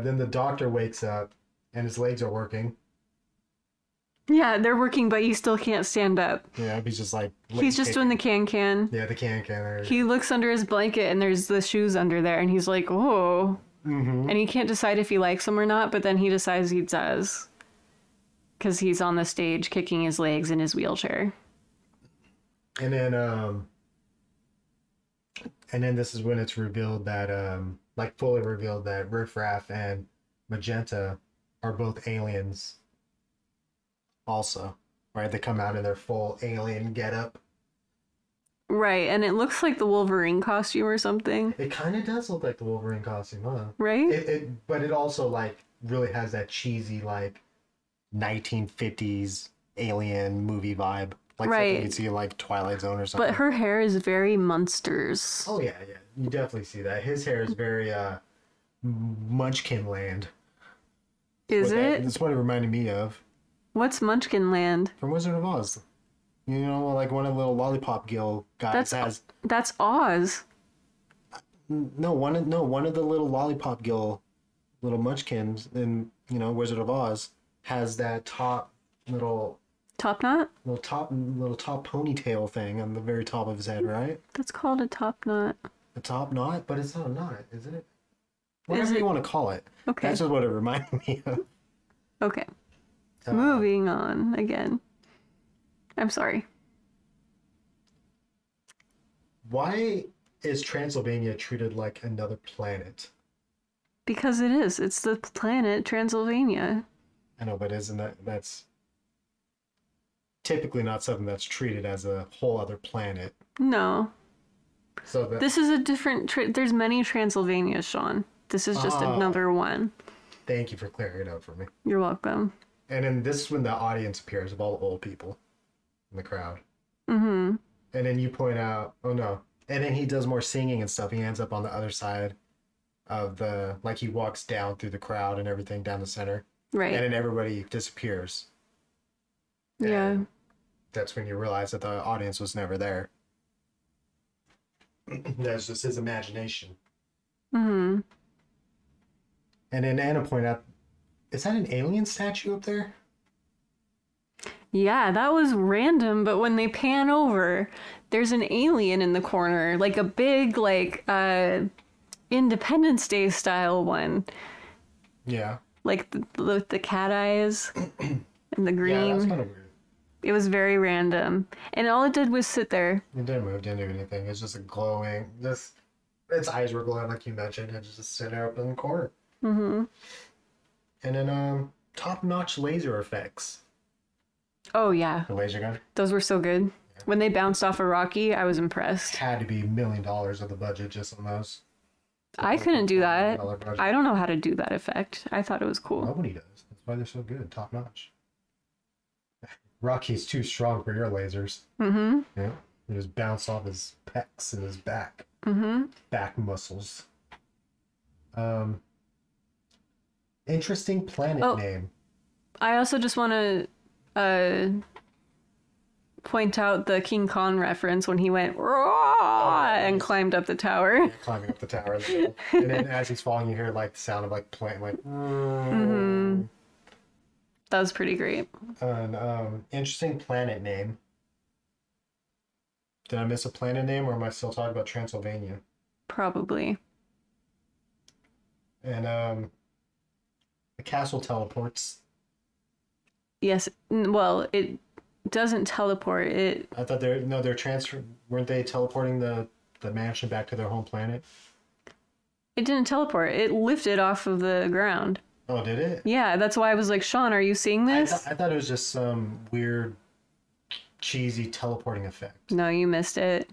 [SPEAKER 1] then the doctor wakes up, and his legs are working.
[SPEAKER 6] Yeah, they're working, but you still can't stand up.
[SPEAKER 1] Yeah, he's just like
[SPEAKER 6] He's just doing the can can.
[SPEAKER 1] yeah the can can.
[SPEAKER 6] He looks under his blanket and there's the shoes under there, and he's like, oh,
[SPEAKER 1] Mm-hmm.
[SPEAKER 6] And he can't decide if he likes them or not, but then he decides he does. Because he's on the stage kicking his legs in his wheelchair.
[SPEAKER 1] And then um and then this is when it's revealed that um like fully revealed that Riff Raff and Magenta are both aliens also. Right? They come out in their full alien getup.
[SPEAKER 6] Right, and it looks like the Wolverine costume or something,
[SPEAKER 1] It kinda does look like the Wolverine costume, huh?
[SPEAKER 6] right?
[SPEAKER 1] It, it but it also like really has that cheesy like nineteen fifties alien movie vibe. Like something
[SPEAKER 6] Right.
[SPEAKER 1] you'd see in, like Twilight Zone or something.
[SPEAKER 6] but her hair is very monsters.
[SPEAKER 1] Oh yeah, yeah. You definitely see that. His hair is very uh Munchkin Land.
[SPEAKER 6] is
[SPEAKER 1] What that-
[SPEAKER 6] it?
[SPEAKER 1] That's what it reminded me of
[SPEAKER 6] What's Munchkin Land?
[SPEAKER 1] from Wizard of Oz. You know, like one of the little lollipop gill guys
[SPEAKER 6] That's
[SPEAKER 1] has.
[SPEAKER 6] that's Oz.
[SPEAKER 1] No, one of no one of the little lollipop gill, little Munchkins in you know Wizard of Oz has that top little
[SPEAKER 6] Top knot?
[SPEAKER 1] little top little top ponytail thing on the very top of his head, right?
[SPEAKER 6] That's called a top knot.
[SPEAKER 1] A top knot, but it's not a knot, is it? Whatever
[SPEAKER 6] it-
[SPEAKER 1] you want to call it.
[SPEAKER 6] Okay.
[SPEAKER 1] That's just what it reminded me of.
[SPEAKER 6] Okay.
[SPEAKER 1] Uh,
[SPEAKER 6] Moving on again. I'm sorry.
[SPEAKER 1] Why is Transylvania treated like another planet?
[SPEAKER 6] Because it is. It's the planet Transylvania.
[SPEAKER 1] I know, but isn't that that's typically not something that's treated as a whole other planet?
[SPEAKER 6] No.
[SPEAKER 1] So that
[SPEAKER 6] This is a different. Tra- There's many Transylvanias, Sean. This is just
[SPEAKER 1] Ah.
[SPEAKER 6] another one.
[SPEAKER 1] thank you for clearing it up for me.
[SPEAKER 6] You're welcome.
[SPEAKER 1] And then this is when the audience appears of all the old people in the crowd.
[SPEAKER 6] Mm-hmm.
[SPEAKER 1] And then you point out, oh no. And then he does more singing and stuff. He ends up on the other side of the like he walks down through the crowd and everything down the center.
[SPEAKER 6] Right.
[SPEAKER 1] And then everybody disappears.
[SPEAKER 6] yeah.
[SPEAKER 1] And That's when you realize that the audience was never there. That's just his imagination.
[SPEAKER 6] Mm-hmm.
[SPEAKER 1] And then Anna pointed out, is that an alien statue up there?
[SPEAKER 6] Yeah, that was random, but when they pan over, there's an alien in the corner, like a big, like, uh, Independence Day style one,
[SPEAKER 1] Yeah.
[SPEAKER 6] like the, the, the cat eyes and the
[SPEAKER 1] Yeah, that's
[SPEAKER 6] green.
[SPEAKER 1] kind of weird.
[SPEAKER 6] It was very random. And all it did was sit there.
[SPEAKER 1] It didn't move, didn't do anything. It's just a glowing, just, its eyes were glowing like you mentioned, and just sitting there up in the corner.
[SPEAKER 6] Mm-hmm.
[SPEAKER 1] And then, um, top notch laser effects.
[SPEAKER 6] Oh, yeah.
[SPEAKER 1] The laser gun
[SPEAKER 6] Those were so good. When they bounced off of Rocky, I was impressed.
[SPEAKER 1] had to be a million dollars of the budget just on those.
[SPEAKER 6] I couldn't do that.
[SPEAKER 1] Dollar budget.
[SPEAKER 6] I don't know how to do that effect. I thought it was cool.
[SPEAKER 1] Nobody does. That's why they're so good, top notch. Rocky's too strong for your lasers.
[SPEAKER 6] Mm-hmm.
[SPEAKER 1] Yeah. They just bounce off his pecs and his back.
[SPEAKER 6] Mm-hmm.
[SPEAKER 1] back muscles. Um, interesting planet
[SPEAKER 6] Oh.
[SPEAKER 1] name.
[SPEAKER 6] I also just want to uh, point out the King Kong reference when he went "Roar" and climbed up the tower.
[SPEAKER 1] Climbing up the tower, in the middle. and then as he's falling, you hear like the sound of like plane, like. Oh.
[SPEAKER 6] Mm-hmm. That was pretty great.
[SPEAKER 1] An um, interesting planet name. Did I miss a planet name, or am I still talking about Transylvania?
[SPEAKER 6] Probably.
[SPEAKER 1] And um, the castle teleports.
[SPEAKER 6] Yes. n- Well, it doesn't teleport. It
[SPEAKER 1] I thought they're no, they're transfer. Weren't they teleporting the the mansion back to their home planet?
[SPEAKER 6] it didn't teleport. It lifted off of the ground.
[SPEAKER 1] Oh, did it?
[SPEAKER 6] Yeah, that's why I was like, Sean, are you seeing
[SPEAKER 1] I,
[SPEAKER 6] this?
[SPEAKER 1] th- I thought it was just some weird, cheesy teleporting effect.
[SPEAKER 6] No, you missed it.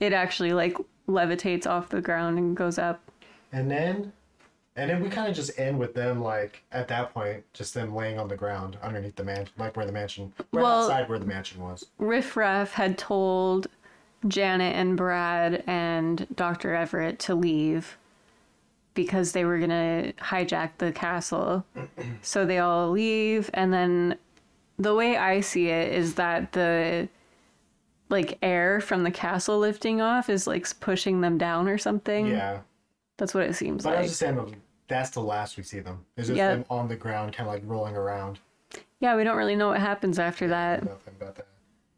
[SPEAKER 6] It actually like levitates off the ground and goes up.
[SPEAKER 1] And then, and then we kind of just end with them like at that point, just them laying on the ground underneath the mansion, like where the mansion, right
[SPEAKER 6] Well-
[SPEAKER 1] outside where the mansion was.
[SPEAKER 6] Riff Raff had told Janet and Brad and Dr. Everett to leave because they were going to hijack the castle. so they all leave. And then the way I see it is that the like air from the castle lifting off is like s- pushing them down or something.
[SPEAKER 1] Yeah,
[SPEAKER 6] That's what it seems
[SPEAKER 1] but I
[SPEAKER 6] mm, like.
[SPEAKER 1] was just saying um, that's the last we see them. It's just
[SPEAKER 6] Yeah.
[SPEAKER 1] them on the ground, kind of like rolling around.
[SPEAKER 6] Uh, Yeah, we don't really know what happens after that.
[SPEAKER 1] Nothing about that.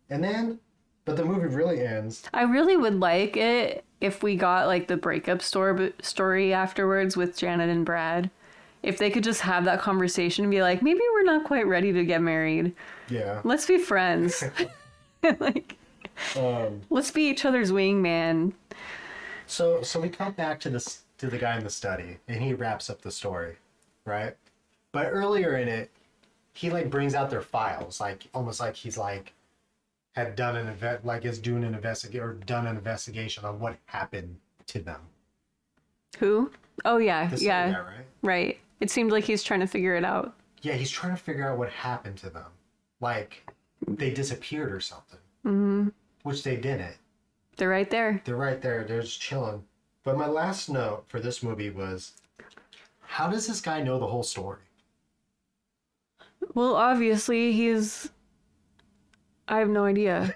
[SPEAKER 1] And then But the movie really ends.
[SPEAKER 6] I really would like it if we got like the breakup stor- story afterwards with Janet and Brad. If they could just have that conversation and be like, maybe we're not quite ready to get married.
[SPEAKER 1] Yeah.
[SPEAKER 6] Let's be friends. like,
[SPEAKER 1] Um,
[SPEAKER 6] let's be each other's wingman.
[SPEAKER 1] So so we come back to this to the guy in the study and he wraps up the story, right? But earlier in it, he like brings out their files, like almost like he's like had done an event like is doing an investigate or done an investigation on what happened to them.
[SPEAKER 6] Who? Oh, yeah.
[SPEAKER 1] This
[SPEAKER 6] yeah.
[SPEAKER 1] guy, right?
[SPEAKER 6] Right. It seemed like he's trying to figure it out.
[SPEAKER 1] Yeah, he's trying to figure out what happened to them. Like they disappeared or something. Mm-hmm. Which they didn't.
[SPEAKER 6] They're right there.
[SPEAKER 1] They're right there. They're just chilling. But my last note for this movie was how does this guy know the whole story?
[SPEAKER 6] Well, obviously, he's. I have no idea.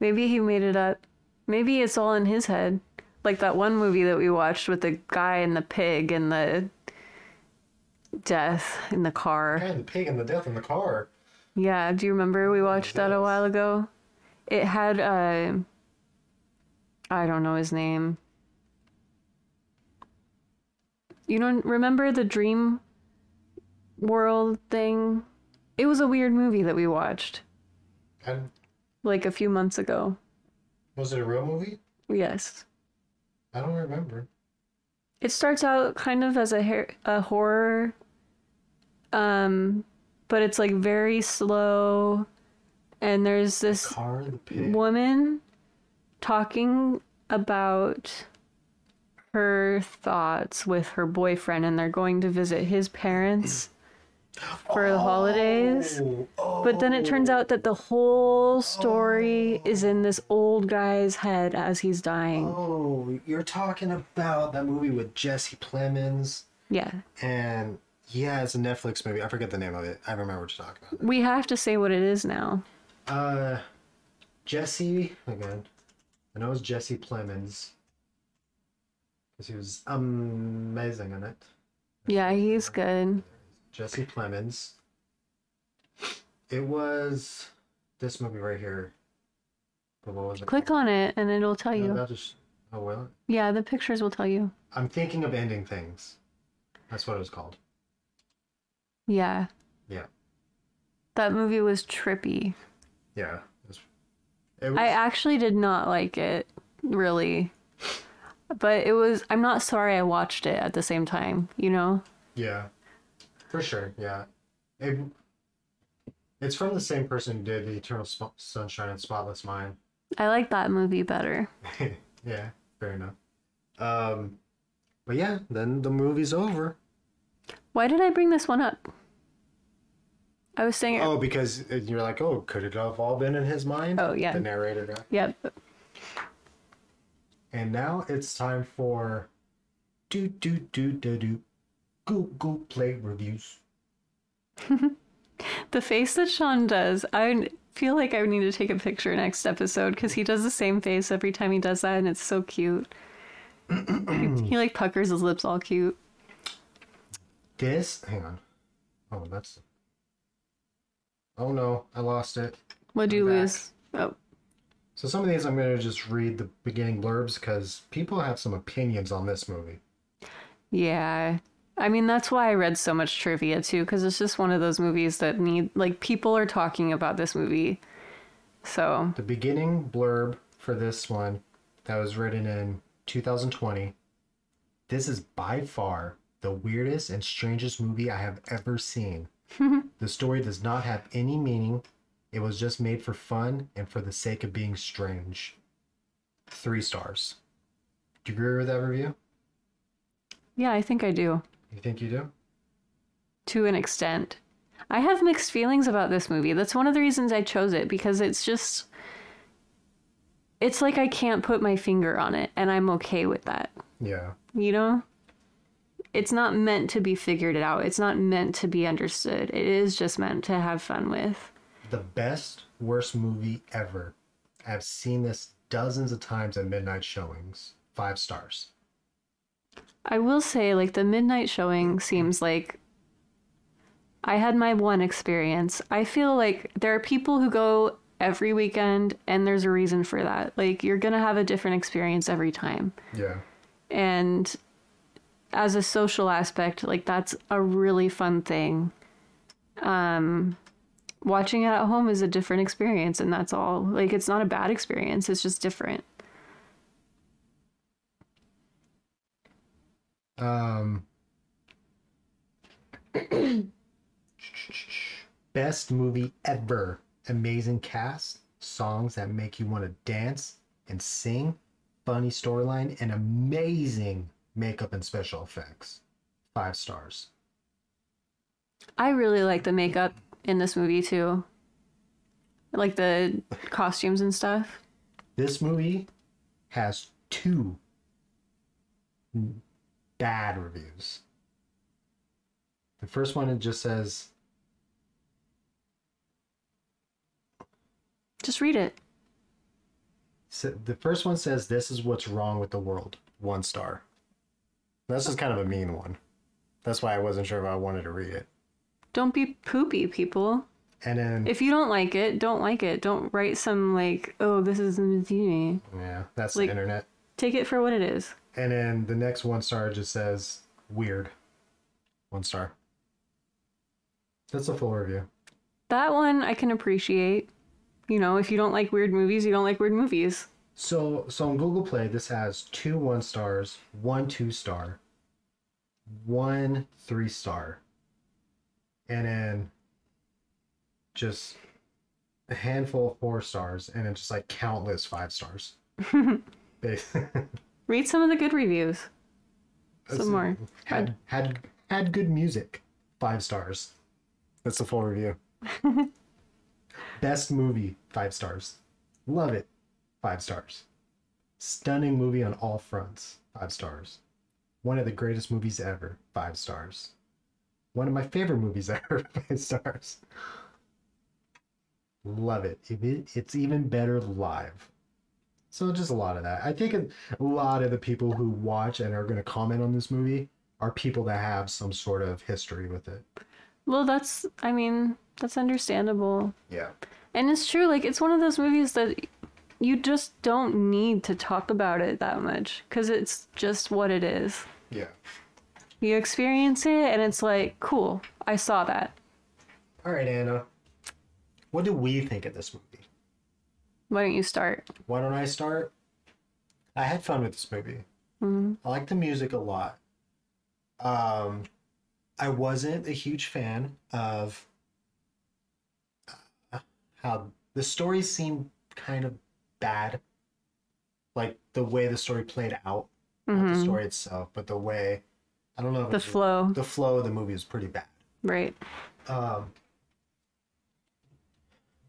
[SPEAKER 6] Maybe he made it up. Maybe it's all in his head. Like that one movie that we watched with the guy and the pig and the death in the car.
[SPEAKER 1] Yeah, the pig and the death in the car.
[SPEAKER 6] Yeah, do you remember we watched that a
[SPEAKER 1] Yes.
[SPEAKER 6] while ago? It had uh I don't know his name. You don't remember the dream world thing? It was a weird movie that we watched
[SPEAKER 1] And
[SPEAKER 6] like a few months ago.
[SPEAKER 1] was it a real movie?
[SPEAKER 6] Yes.
[SPEAKER 1] I don't remember.
[SPEAKER 6] It starts out kind of as a hair, a horror, um, but it's like very slow, and there's this
[SPEAKER 1] Car and the pig.
[SPEAKER 6] woman talking about her thoughts with her boyfriend, and they're going to visit his parents for the holidays.
[SPEAKER 1] Oh, oh,
[SPEAKER 6] But then it turns out that the whole story is in this old guy's head as he's dying.
[SPEAKER 1] oh, you're talking about that movie with Jesse Plemons
[SPEAKER 6] Yeah.
[SPEAKER 1] and yeah, it's a Netflix movie. I forget the name of it. I remember what you're talking about.
[SPEAKER 6] We have to say what it is now.
[SPEAKER 1] Uh, Jesse. Again, I know it's Jesse Plemons because he was amazing in it.
[SPEAKER 6] Yeah, he's good.
[SPEAKER 1] Jesse Plemons. It was this movie right here. But what was it?
[SPEAKER 6] Click on it and it'll tell
[SPEAKER 1] I'm
[SPEAKER 6] you.
[SPEAKER 1] about to sh- oh, will it?
[SPEAKER 6] Yeah, the pictures will tell you.
[SPEAKER 1] I'm thinking of ending things. That's what it was called.
[SPEAKER 6] Yeah.
[SPEAKER 1] Yeah,
[SPEAKER 6] That movie was trippy.
[SPEAKER 1] yeah. It was. It was
[SPEAKER 6] I actually did not like it, really. But it was, I'm not sorry I watched it at the same time, you know?
[SPEAKER 1] yeah, for sure. Yeah, it. It's from the same person who did the Eternal Sp- Sunshine and Spotless Mind.
[SPEAKER 6] I like that movie better.
[SPEAKER 1] yeah, fair enough. Um, but yeah, then the movie's over.
[SPEAKER 6] Why did I bring this one up? I was saying,
[SPEAKER 1] Oh, because you're like, oh, could it have all been in his mind?
[SPEAKER 6] Oh, yeah.
[SPEAKER 1] The narrator. guy.
[SPEAKER 6] yep.
[SPEAKER 1] And now it's time for do do do do do Google Play reviews.
[SPEAKER 6] The face that Sean does, I feel like I need to take a picture next episode because he does the same face every time he does that, and it's so cute. he, he, like puckers his lips, all cute.
[SPEAKER 1] This, hang on. Oh, that's. Oh no, I lost it.
[SPEAKER 6] What'd you
[SPEAKER 1] I'm back.
[SPEAKER 6] lose? Oh,
[SPEAKER 1] So some of these I'm gonna just read the beginning blurbs because people have some opinions on this movie.
[SPEAKER 6] yeah. I mean, that's why I read so much trivia too, because it's just one of those movies that need, like, people are talking about this movie. So,
[SPEAKER 1] The beginning blurb for this one that was written in 2020. This is by far the weirdest and strangest movie I have ever seen. the story does not have any meaning. It was just made for fun and for the sake of being strange. Three stars. Do you agree with that review?
[SPEAKER 6] yeah, I think I do
[SPEAKER 1] You think you do?
[SPEAKER 6] to an extent. I have mixed feelings about this movie. That's one of the reasons I chose it because it's just it's like I can't put my finger on it and I'm okay with that.
[SPEAKER 1] Yeah.
[SPEAKER 6] You know? It's not meant to be figured out. It's not meant to be understood. It is just meant to have fun with.
[SPEAKER 1] The best, worst movie ever. I've seen this dozens of times at midnight showings. Five stars.
[SPEAKER 6] I will say like the midnight showing seems like I had my one experience. I feel like there are people who go every weekend, and there's a reason for that. Like, you're going to have a different experience every time.
[SPEAKER 1] Yeah.
[SPEAKER 6] And as a social aspect, like, that's a really fun thing. Um, watching it at home is a different experience, and that's all. Like, it's not a bad experience, it's just different.
[SPEAKER 1] Um, best movie ever. Amazing cast, songs that make you want to dance and sing, funny storyline, and amazing makeup and special effects. Five stars.
[SPEAKER 6] I really like the makeup in this movie, too. I Like the costumes and stuff.
[SPEAKER 1] This movie has two bad reviews. The first one it just says
[SPEAKER 6] Just read it.
[SPEAKER 1] So the first one says, "This is what's wrong with the world." One star. This is kind of a mean one. That's why I wasn't sure if I wanted to read it.
[SPEAKER 6] Don't be poopy, people.
[SPEAKER 1] And then,
[SPEAKER 6] If you don't like it, don't like it. Don't write some, like, oh, this is Mazzini.
[SPEAKER 1] yeah, that's
[SPEAKER 6] like-
[SPEAKER 1] the internet.
[SPEAKER 6] Take it for what it is.
[SPEAKER 1] And then the next one star just says, "Weird." One star. That's a full review.
[SPEAKER 6] That one I can appreciate. You know, if you don't like weird movies, you don't like weird movies.
[SPEAKER 1] So, so on Google Play, this has two one stars, one two star, one three star, and then just a handful of four stars, and then just like countless five stars. Bas-
[SPEAKER 6] Read some of the good reviews.
[SPEAKER 1] That's-
[SPEAKER 6] Some more.
[SPEAKER 1] had had had good music, five stars. That's the full review. Best movie, five stars. Love it, five stars. Stunning movie on all fronts, five stars. One of the greatest movies ever, five stars. One of my favorite movies ever, five stars. Love it. If it- It's even better live. So just a lot of that. I think a lot of the people who watch and are going to comment on this movie are people that have some sort of history with it.
[SPEAKER 6] Well, that's, I mean, that's understandable.
[SPEAKER 1] Yeah.
[SPEAKER 6] And it's true, like, it's one of those movies that you just don't need to talk about it that much because it's just what it is.
[SPEAKER 1] Yeah.
[SPEAKER 6] You experience it and it's like, cool, I saw that.
[SPEAKER 1] All right, Anna. What do we think of this movie?
[SPEAKER 6] Why don't you start?
[SPEAKER 1] Why don't I start? I had fun with this movie.
[SPEAKER 6] Mhm.
[SPEAKER 1] I like the music a lot. Um, I wasn't a huge fan of uh, how the story seemed kind of bad, like the way the story played out, not the
[SPEAKER 6] Mhm.
[SPEAKER 1] story itself, but the way I don't know if
[SPEAKER 6] The
[SPEAKER 1] it's-
[SPEAKER 6] flow,
[SPEAKER 1] The flow of the movie is pretty bad.
[SPEAKER 6] right?
[SPEAKER 1] Um,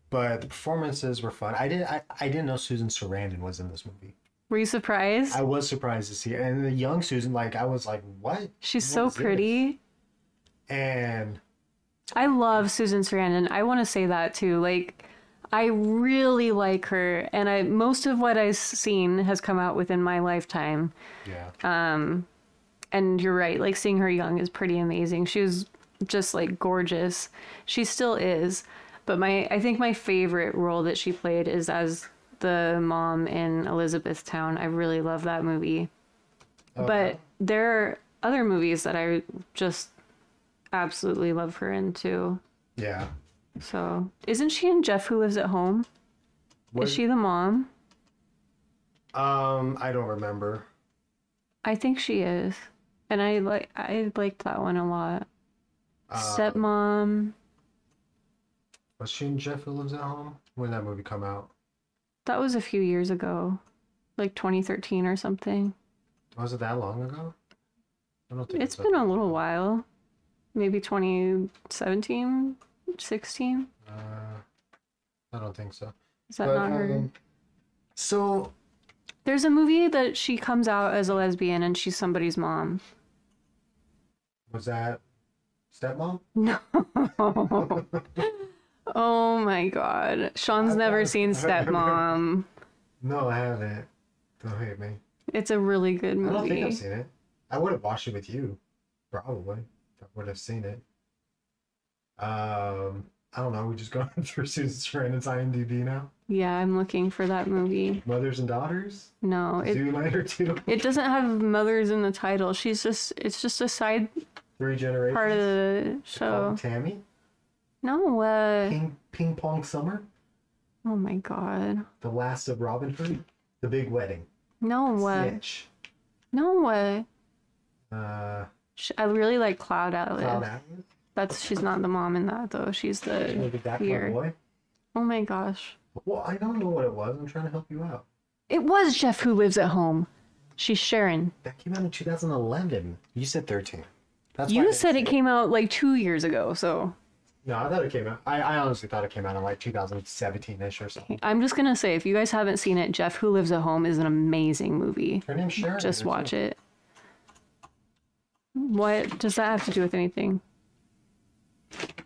[SPEAKER 1] but the performances were fun. I didn't. I, I didn't know Susan Sarandon was in this movie.
[SPEAKER 6] Were you surprised?
[SPEAKER 1] I was surprised to see, her. and the young Susan. Like I was like, what?
[SPEAKER 6] She's
[SPEAKER 1] What
[SPEAKER 6] so
[SPEAKER 1] is this?
[SPEAKER 6] pretty.
[SPEAKER 1] And
[SPEAKER 6] I love Susan Sarandon. I want to say that too. Like, I really like her, and I most of what I've seen has come out within my lifetime.
[SPEAKER 1] yeah,
[SPEAKER 6] Um, and you're right. Like seeing her young is pretty amazing. She was just like gorgeous. She still is. But my, I think my favorite role that she played is as the mom in Elizabethtown. I really love that movie. But there are other movies that I just absolutely love her in too.
[SPEAKER 1] yeah.
[SPEAKER 6] So, isn't she in Jeff Who Lives at Home?
[SPEAKER 1] What-
[SPEAKER 6] Is she the mom?
[SPEAKER 1] Um, I don't remember.
[SPEAKER 6] I think she is. And I like I liked that one a lot.
[SPEAKER 1] Uh,
[SPEAKER 6] Stepmom.
[SPEAKER 1] Was she in Jeff Who Lives at Home when did that movie come out?
[SPEAKER 6] That was a few years ago. Like 2013 or something.
[SPEAKER 1] Was it that long ago? I don't
[SPEAKER 6] It's
[SPEAKER 1] that
[SPEAKER 6] been a
[SPEAKER 1] long
[SPEAKER 6] little
[SPEAKER 1] ago.
[SPEAKER 6] while. Maybe 2017, 16.
[SPEAKER 1] Uh, I don't think so.
[SPEAKER 6] Is that not her?
[SPEAKER 1] um, so
[SPEAKER 6] There's a movie that she comes out as a lesbian and she's somebody's mom.
[SPEAKER 1] was that stepmom?
[SPEAKER 6] No. oh my god. Sean's
[SPEAKER 1] I've
[SPEAKER 6] never
[SPEAKER 1] never-
[SPEAKER 6] seen Stepmom.
[SPEAKER 1] No, I haven't. Don't hate me.
[SPEAKER 6] It's a really good
[SPEAKER 1] I don't think I've
[SPEAKER 6] movie.
[SPEAKER 1] seen it. I would have watched it with you, probably. I would have seen it. Um, I don't know. We just going through Susan Sarandon's IMDb now.
[SPEAKER 6] Yeah, I'm looking for that movie.
[SPEAKER 1] Mothers and daughters.
[SPEAKER 6] No, it
[SPEAKER 1] Zoolander two,
[SPEAKER 6] it doesn't have mothers in the title. She's just it's just a side
[SPEAKER 1] three generations.
[SPEAKER 6] part of the show.
[SPEAKER 1] Called Tammy.
[SPEAKER 6] No, uh,
[SPEAKER 1] Ping Ping Pong Summer.
[SPEAKER 6] oh my god,
[SPEAKER 1] The Last of Robin Hood. The Big Wedding.
[SPEAKER 6] no, uh,
[SPEAKER 1] Snitch.
[SPEAKER 6] no, uh,
[SPEAKER 1] Uh,
[SPEAKER 6] sh- I really like Cloud Atlas.
[SPEAKER 1] Cloud Atlas.
[SPEAKER 6] That's she's not the mom in that though. She's
[SPEAKER 1] Look
[SPEAKER 6] the
[SPEAKER 1] at that
[SPEAKER 6] here.
[SPEAKER 1] my boy.
[SPEAKER 6] Oh my gosh,
[SPEAKER 1] Well, I don't know what it was. I'm trying to help you out.
[SPEAKER 6] it was Jeff who lives at home. She's Sharon.
[SPEAKER 1] That came out in 2011. You said 13. That's why I
[SPEAKER 6] You
[SPEAKER 1] didn't
[SPEAKER 6] said it
[SPEAKER 1] say
[SPEAKER 6] came out like two years ago, so
[SPEAKER 1] No, I thought it came out. I, I honestly thought it came out in like 2017-ish or something.
[SPEAKER 6] I'm just gonna say if you guys haven't seen it, Jeff Who Lives at Home is an amazing movie.
[SPEAKER 1] Her name's Sharon.
[SPEAKER 6] Just watch it. What does that have to do with anything?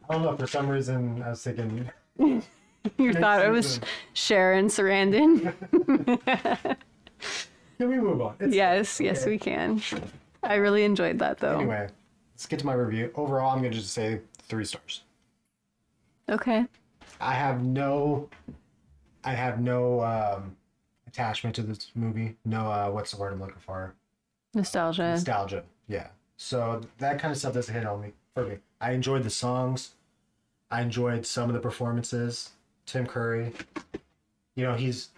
[SPEAKER 1] I don't know. For some reason, I was thinking.
[SPEAKER 6] You thought it was
[SPEAKER 1] season.
[SPEAKER 6] Sharon Sarandon?
[SPEAKER 1] Can we move on? It's-
[SPEAKER 6] yes, yes, we can. I really enjoyed that though.
[SPEAKER 1] Anyway, let's get to my review. Overall, I'm going to just say three stars.
[SPEAKER 6] Okay.
[SPEAKER 1] I have no, I have no um, attachment to this movie. No, uh, what's the word I'm looking for?
[SPEAKER 6] Nostalgia.
[SPEAKER 1] Nostalgia. Yeah. So that kind of stuff doesn't hit on me for me. I enjoyed the songs. I enjoyed some of the performances. Tim Curry. You know, he's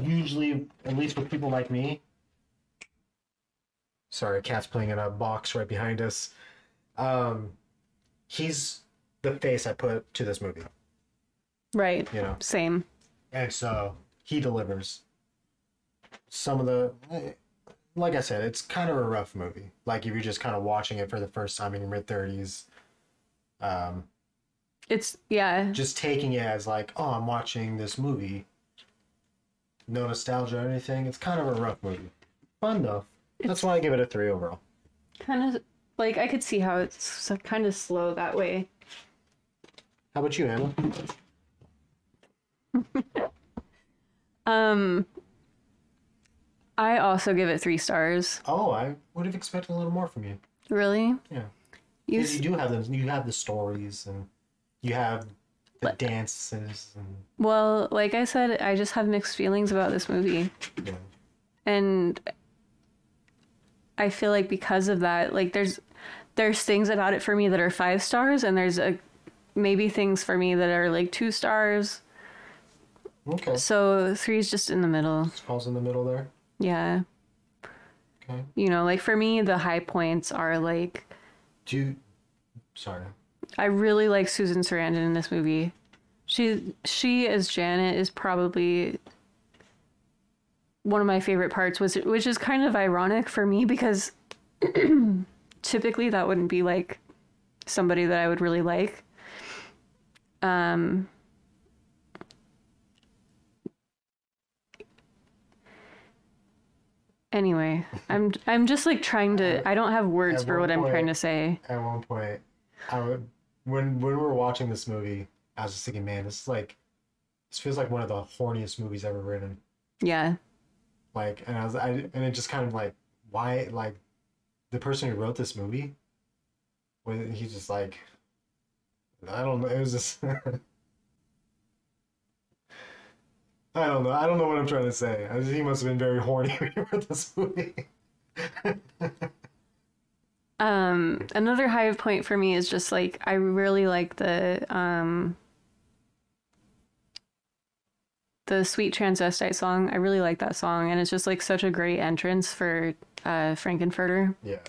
[SPEAKER 1] usually, at least with people like me. Sorry, cat's playing in a box right behind us. Um, he's the face I put to this movie.
[SPEAKER 6] right.
[SPEAKER 1] You know.
[SPEAKER 6] Same.
[SPEAKER 1] And so he delivers. Some of the, like I said, it's kind of a rough movie. Like if you're just kind of watching it for the first time in your mid thirties, um,
[SPEAKER 6] It's yeah.
[SPEAKER 1] just taking it as like, oh, I'm watching this movie. No nostalgia or anything. It's kind of a rough movie. Fun though. That's why I give it a three overall.
[SPEAKER 6] Kind of like I could see how it's kind of slow that way.
[SPEAKER 1] How about you, Anna?
[SPEAKER 6] Um. I also give it three stars.
[SPEAKER 1] Oh, I would have expected a little more from you.
[SPEAKER 6] Really?
[SPEAKER 1] Yeah.
[SPEAKER 6] You
[SPEAKER 1] You do have the you have the stories and you have the dances and
[SPEAKER 6] Well, like I said, I just have mixed feelings about this movie.
[SPEAKER 1] Yeah.
[SPEAKER 6] And I feel like because of that, like there's there's things about it for me that are 5 stars and there's a maybe things for me that are like 2 stars.
[SPEAKER 1] Okay.
[SPEAKER 6] So 3 is just in the middle.
[SPEAKER 1] Paul's in the middle there.
[SPEAKER 6] Yeah.
[SPEAKER 1] Okay.
[SPEAKER 6] You know, like for me the high points are like
[SPEAKER 1] Do you, sorry.
[SPEAKER 6] I really like Susan Sarandon in this movie. She she as Janet is probably one of my favorite parts was which is kind of ironic for me because typically that wouldn't be like somebody that I would really like. Um Anyway, I'm I'm just like trying to I don't have words
[SPEAKER 1] At
[SPEAKER 6] for
[SPEAKER 1] one
[SPEAKER 6] what I'm trying
[SPEAKER 1] point-
[SPEAKER 6] to say.
[SPEAKER 1] At one point, I would, when when we were watching this movie, I was just thinking, man, this is like this feels like one of the horniest movies ever written.
[SPEAKER 6] Yeah.
[SPEAKER 1] Like, and I was, I, and it just kind of like, why, like, the person who wrote this movie, when he just like, I don't know, it was just. I don't know. I don't know what I'm trying to say. I think he must have been very horny when he wrote this movie.
[SPEAKER 6] Um, another high point for me is just like I really like the um the sweet transvestite song. I really like that song, and it's just like such a great entrance for uh Frankenfurter.
[SPEAKER 1] Yeah.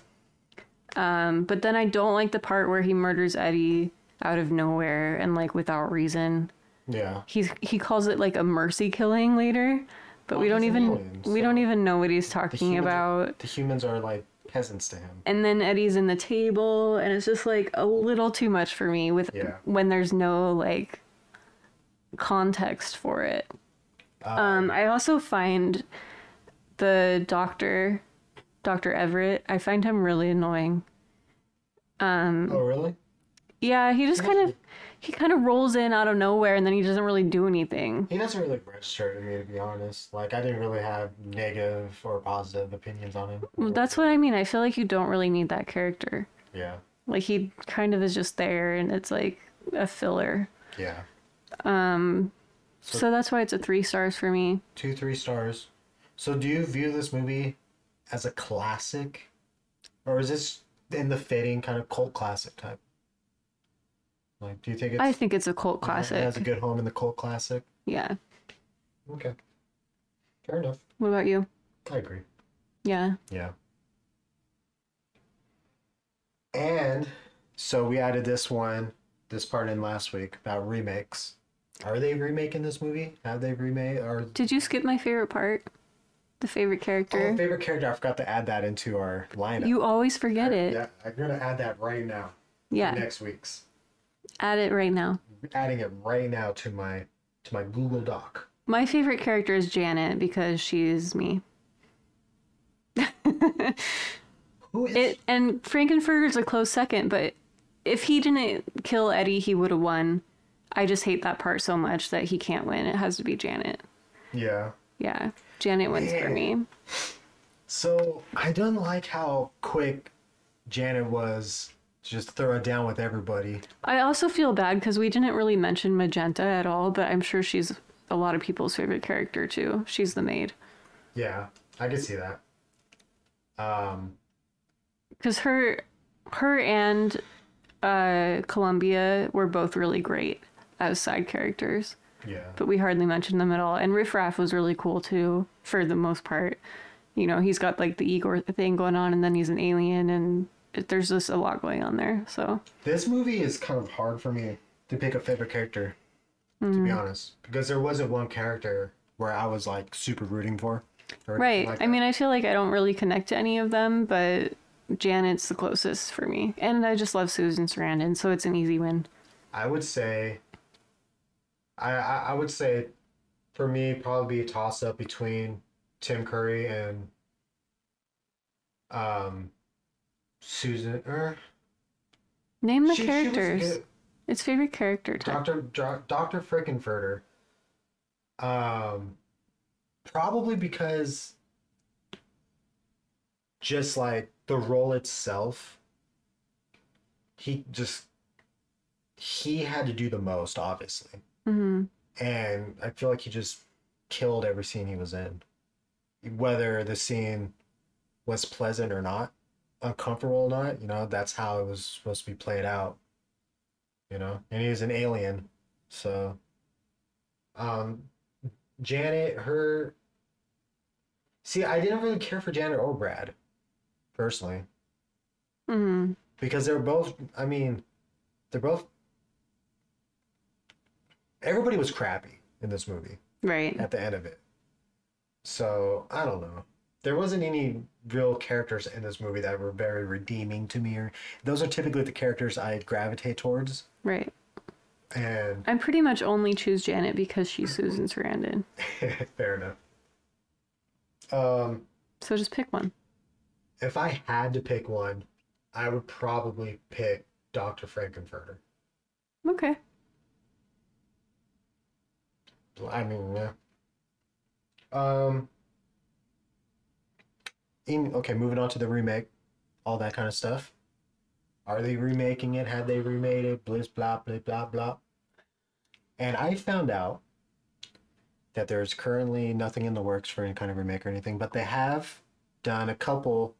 [SPEAKER 6] Um, but then I don't like the part where he murders Eddie out of nowhere and like without reason.
[SPEAKER 1] Yeah.
[SPEAKER 6] He's he calls it like a mercy killing later, but we
[SPEAKER 1] Well, Oh,
[SPEAKER 6] don't
[SPEAKER 1] he's an
[SPEAKER 6] even
[SPEAKER 1] alien,
[SPEAKER 6] we don't
[SPEAKER 1] so
[SPEAKER 6] even know what he's talking
[SPEAKER 1] humans are-
[SPEAKER 6] about.
[SPEAKER 1] The humans are like peasants to him.
[SPEAKER 6] and then Eddie's in the table, and it's just like a little too much for me with
[SPEAKER 1] Yeah.
[SPEAKER 6] when there's no like context for it. Um, I also find the doctor, Doctor Everett, I find him really annoying.
[SPEAKER 1] Oh, really?
[SPEAKER 6] Yeah, he just kind of he kind of rolls in out of nowhere, and then he doesn't really do anything.
[SPEAKER 1] He doesn't really register to me, to be honest. Like, I didn't really have negative or positive opinions on him.
[SPEAKER 6] That's what I mean. I feel like you don't really need that character.
[SPEAKER 1] Yeah.
[SPEAKER 6] Like he kind of is just there and it's like a filler.
[SPEAKER 8] Yeah.
[SPEAKER 6] Um, So, that's why it's a three stars for me.
[SPEAKER 8] Two, three stars. So do you view this movie as a classic? Or is this in the fitting kind of cult classic type? Like, do you think it's,
[SPEAKER 6] I think it's a cult classic.
[SPEAKER 8] it has a good home in the cult classic?
[SPEAKER 6] yeah.
[SPEAKER 8] Okay. Fair enough.
[SPEAKER 6] What about you?
[SPEAKER 8] I agree.
[SPEAKER 6] Yeah.
[SPEAKER 8] Yeah. And so we added this one, this part in last week about remakes. Are they remaking this movie? Have they remade or
[SPEAKER 6] Did you skip my favorite part? The favorite character?
[SPEAKER 8] oh, favorite character? I forgot to add that into our lineup.
[SPEAKER 6] you always forget it.
[SPEAKER 8] Oh, yeah, I'm gonna add that right now.
[SPEAKER 6] Yeah.
[SPEAKER 8] Next week's.
[SPEAKER 6] Add it right now.
[SPEAKER 8] Adding it right now to my to my Google Doc.
[SPEAKER 6] My favorite character is Janet because she's me.
[SPEAKER 8] Who is
[SPEAKER 6] It and Frankenfurter's a close second, but if he didn't kill Eddie, he would have won. I just hate that part so much that he can't win. It has to be Janet.
[SPEAKER 8] Yeah.
[SPEAKER 6] Yeah. Janet wins for me.
[SPEAKER 8] So I don't like how quick Janet was to just throw it down with everybody.
[SPEAKER 6] I also feel bad because we didn't really mention Magenta at all, but I'm sure she's a lot of people's favorite character too. She's the maid.
[SPEAKER 8] Yeah, I could see that. Um,
[SPEAKER 6] because her her and uh columbia were both really great as side characters
[SPEAKER 8] yeah,
[SPEAKER 6] but we hardly mentioned them at all and riff raff was really cool too for the most part you know he's got like the igor thing going on and then he's an alien and it- there's just a lot going on there so
[SPEAKER 8] this movie is kind of hard for me to pick a favorite character, to
[SPEAKER 6] Mm.
[SPEAKER 8] be honest, because there wasn't one character where I was like super rooting for. or
[SPEAKER 6] right
[SPEAKER 8] anything like
[SPEAKER 6] i
[SPEAKER 8] that.
[SPEAKER 6] mean i feel like i don't really connect to any of them but janet's the closest for me and i just love susan sarandon so it's an easy win
[SPEAKER 8] I would say, I, I I would say, for me, probably be a toss up between Tim Curry and um Susan or
[SPEAKER 6] name the
[SPEAKER 8] She- she was a
[SPEAKER 6] characters
[SPEAKER 8] good-
[SPEAKER 6] it's favorite character type
[SPEAKER 8] Doctor Doctor Frickenfurter. Um, probably because just like the role itself, he just he had to do the most, obviously,
[SPEAKER 6] hmm
[SPEAKER 8] and I feel like he just killed every scene he was in, whether the scene was pleasant or not, uncomfortable or not. You know, that's how it was supposed to be played out. You know, and he was an alien, so. Um, Janet, her. See, I didn't really care for Janet or Brad, personally,
[SPEAKER 6] hmm
[SPEAKER 8] because they're both. I mean, they're both. Everybody was crappy in this movie
[SPEAKER 6] Right.
[SPEAKER 8] at the end of it. So I don't know. There wasn't any real characters in this movie that were very redeeming to me. Or those are typically the characters I gravitate towards.
[SPEAKER 6] Right.
[SPEAKER 8] And
[SPEAKER 6] I pretty much only choose Janet because she's
[SPEAKER 8] Mm-hmm.
[SPEAKER 6] Susan Sarandon.
[SPEAKER 8] fair enough. Um,
[SPEAKER 6] So just pick one.
[SPEAKER 8] if I had to pick one, I would probably pick Doctor Frankenfurter.
[SPEAKER 6] Okay.
[SPEAKER 8] I mean, yeah. Um. In, okay, moving on to the remake, all that kind of stuff. Are they remaking it? Have they remade it? Bliss, blah, blah, blah, blah. And I found out that there's currently nothing in the works for any kind of remake or anything, but they have done a couple,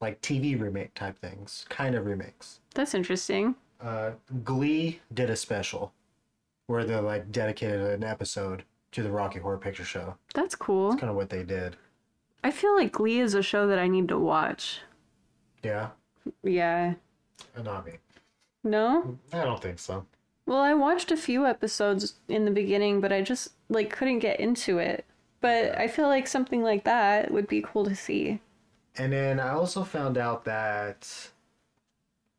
[SPEAKER 8] like TV remake type things, kind of remakes
[SPEAKER 6] That's interesting.
[SPEAKER 8] uh, Glee did a special where they like dedicated an episode to the Rocky Horror Picture Show.
[SPEAKER 6] That's cool.
[SPEAKER 8] That's kind of what they did.
[SPEAKER 6] I feel like Glee is a show that I need to watch.
[SPEAKER 8] Yeah,
[SPEAKER 6] Yeah.
[SPEAKER 8] Anami.
[SPEAKER 6] No?
[SPEAKER 8] I don't think so.
[SPEAKER 6] Well, I watched a few episodes in the beginning, but I just like couldn't get into it. But I feel like something like that would be cool to see.
[SPEAKER 8] And then I also found out that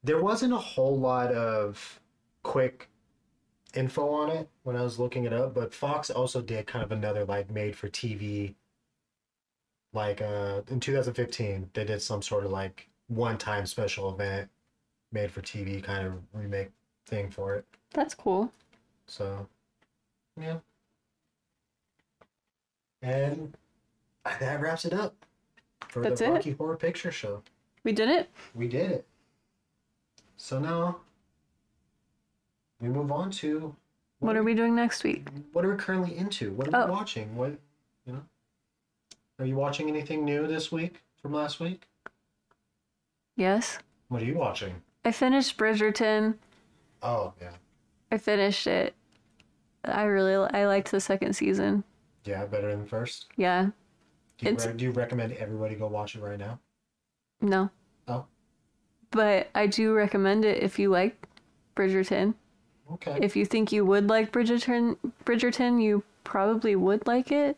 [SPEAKER 8] there wasn't a whole lot of quick info on it when I was looking it up, but Fox also did kind of another like made for TV like uh in 2015 they did some sort of like one time special event made for TV kind of remake thing for it.
[SPEAKER 6] That's cool.
[SPEAKER 8] So yeah. And that wraps it up for
[SPEAKER 6] That's it?
[SPEAKER 8] the Rocky Horror Picture Show.
[SPEAKER 6] We did it?
[SPEAKER 8] We did it. So now we move on to
[SPEAKER 6] What are we doing next week?
[SPEAKER 8] what are we currently into? What are we
[SPEAKER 6] Oh.
[SPEAKER 8] watching? What you know? Are you watching anything new this week from last week?
[SPEAKER 6] Yes.
[SPEAKER 8] What are you watching?
[SPEAKER 6] I finished Bridgerton.
[SPEAKER 8] Oh yeah,
[SPEAKER 6] I finished it. I really I liked the second season.
[SPEAKER 8] yeah, better than first.
[SPEAKER 6] Yeah.
[SPEAKER 8] Do you,
[SPEAKER 6] It's-
[SPEAKER 8] re- do you recommend everybody go watch it right now?
[SPEAKER 6] No.
[SPEAKER 8] Oh,
[SPEAKER 6] But I do recommend it if you like Bridgerton.
[SPEAKER 8] okay.
[SPEAKER 6] If you think you would like Bridgerton Bridgerton, you probably would like it.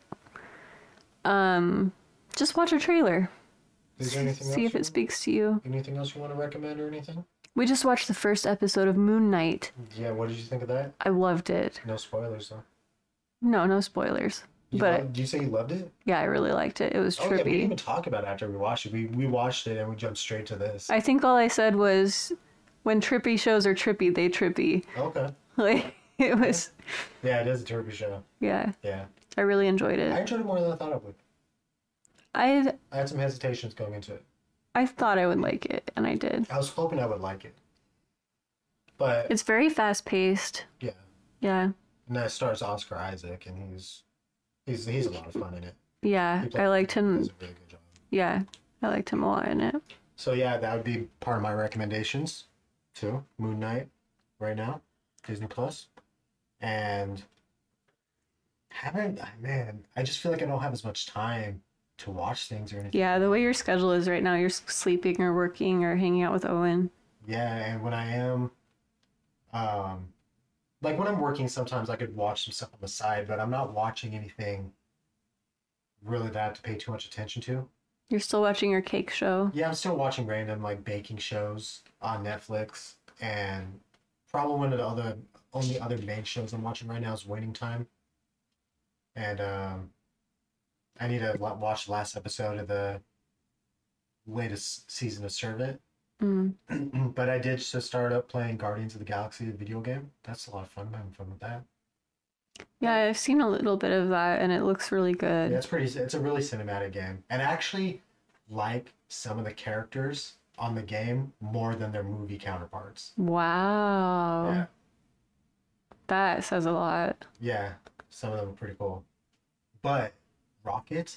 [SPEAKER 6] Um just watch a trailer.
[SPEAKER 8] Is there anything
[SPEAKER 6] See
[SPEAKER 8] else?
[SPEAKER 6] if
[SPEAKER 8] you-
[SPEAKER 6] it speaks to you.
[SPEAKER 8] anything else you want to recommend or anything?
[SPEAKER 6] We just watched the first episode of Moon Knight.
[SPEAKER 8] Yeah. What did you think of that?
[SPEAKER 6] I loved it.
[SPEAKER 8] No spoilers though.
[SPEAKER 6] No, no spoilers.
[SPEAKER 8] You
[SPEAKER 6] But
[SPEAKER 8] loved- did you say you loved it?
[SPEAKER 6] yeah, I really liked it. It was
[SPEAKER 8] Oh yeah, we didn't
[SPEAKER 6] trippy.
[SPEAKER 8] even talk about it after we watched it. We we watched it and we jumped straight to this.
[SPEAKER 6] I think all I said was when trippy shows are trippy, they trippy.
[SPEAKER 8] Okay.
[SPEAKER 6] Like it was
[SPEAKER 8] Yeah, it is a Turkish show.
[SPEAKER 6] yeah.
[SPEAKER 8] Yeah,
[SPEAKER 6] I really enjoyed
[SPEAKER 8] I
[SPEAKER 6] it.
[SPEAKER 8] enjoyed it more than I thought I would.
[SPEAKER 6] I
[SPEAKER 8] I had some hesitations going into it.
[SPEAKER 6] I thought I would like it and I did.
[SPEAKER 8] I was hoping I would like it, but
[SPEAKER 6] It's very fast paced.
[SPEAKER 8] yeah.
[SPEAKER 6] Yeah.
[SPEAKER 8] And that starts Oscar Isaac, and he's he's he's a lot of fun in it.
[SPEAKER 6] Yeah.
[SPEAKER 8] He plays-
[SPEAKER 6] I liked
[SPEAKER 8] he
[SPEAKER 6] him
[SPEAKER 8] does a really good job.
[SPEAKER 6] yeah. I liked him a lot in it.
[SPEAKER 8] So yeah, that would be part of my recommendations too. Moon Knight, right now, Disney Plus, and haven't I- man. I just feel like I don't have as much time to watch things or anything.
[SPEAKER 6] Yeah, the way your schedule is right now, you're s- sleeping or working or hanging out with Owen.
[SPEAKER 8] Yeah, and when I am, um, like when I'm working, sometimes I could watch some stuff on the side, but I'm not watching anything really that I have to pay too much attention to.
[SPEAKER 6] You're still watching your cake show.
[SPEAKER 8] Yeah, I'm still watching random like baking shows on Netflix, and probably one of the other only other main shows I'm watching right now is Waiting Time, and um, I need to la- watch the last episode of the latest season of Servant.
[SPEAKER 6] Mm.
[SPEAKER 8] but I did just start up playing Guardians of the Galaxy, the video game. That's a lot of fun. I'm having fun with that.
[SPEAKER 6] Yeah, I've seen a little bit of that and it looks really good.
[SPEAKER 8] Yeah, it's pretty. It's a really cinematic game, and I actually like some of the characters on the game more than their movie counterparts.
[SPEAKER 6] Wow.
[SPEAKER 8] Yeah,
[SPEAKER 6] That says a lot.
[SPEAKER 8] yeah, some of them are pretty cool. But Rocket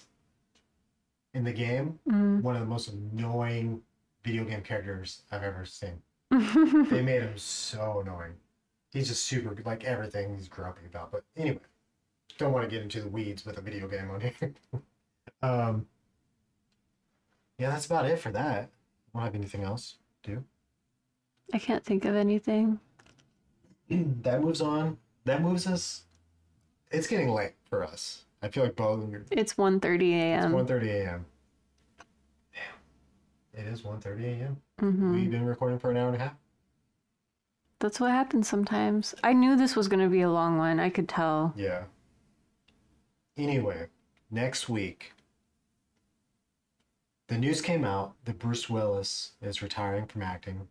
[SPEAKER 8] in the game,
[SPEAKER 6] Mm.
[SPEAKER 8] one of the most annoying video game characters I've ever seen. they made him so annoying. He's just super like everything he's grumpy about. But anyway, don't want to get into the weeds with a video game on here. um, yeah, that's about it for that. I don't have anything else. Do you?
[SPEAKER 6] I can't think of anything.
[SPEAKER 8] that moves on. That moves us. It's getting late for us. I feel like both. It's
[SPEAKER 6] It's 1.30 a.m.
[SPEAKER 8] 1:30 a.m. Damn, it is 1:30 a.m.
[SPEAKER 6] Mhm.
[SPEAKER 8] We've been recording for an hour and a half.
[SPEAKER 6] That's what happens sometimes. I knew this was going to be a long one. I could tell.
[SPEAKER 8] Yeah. Anyway, next week, the news came out that Bruce Willis is retiring from acting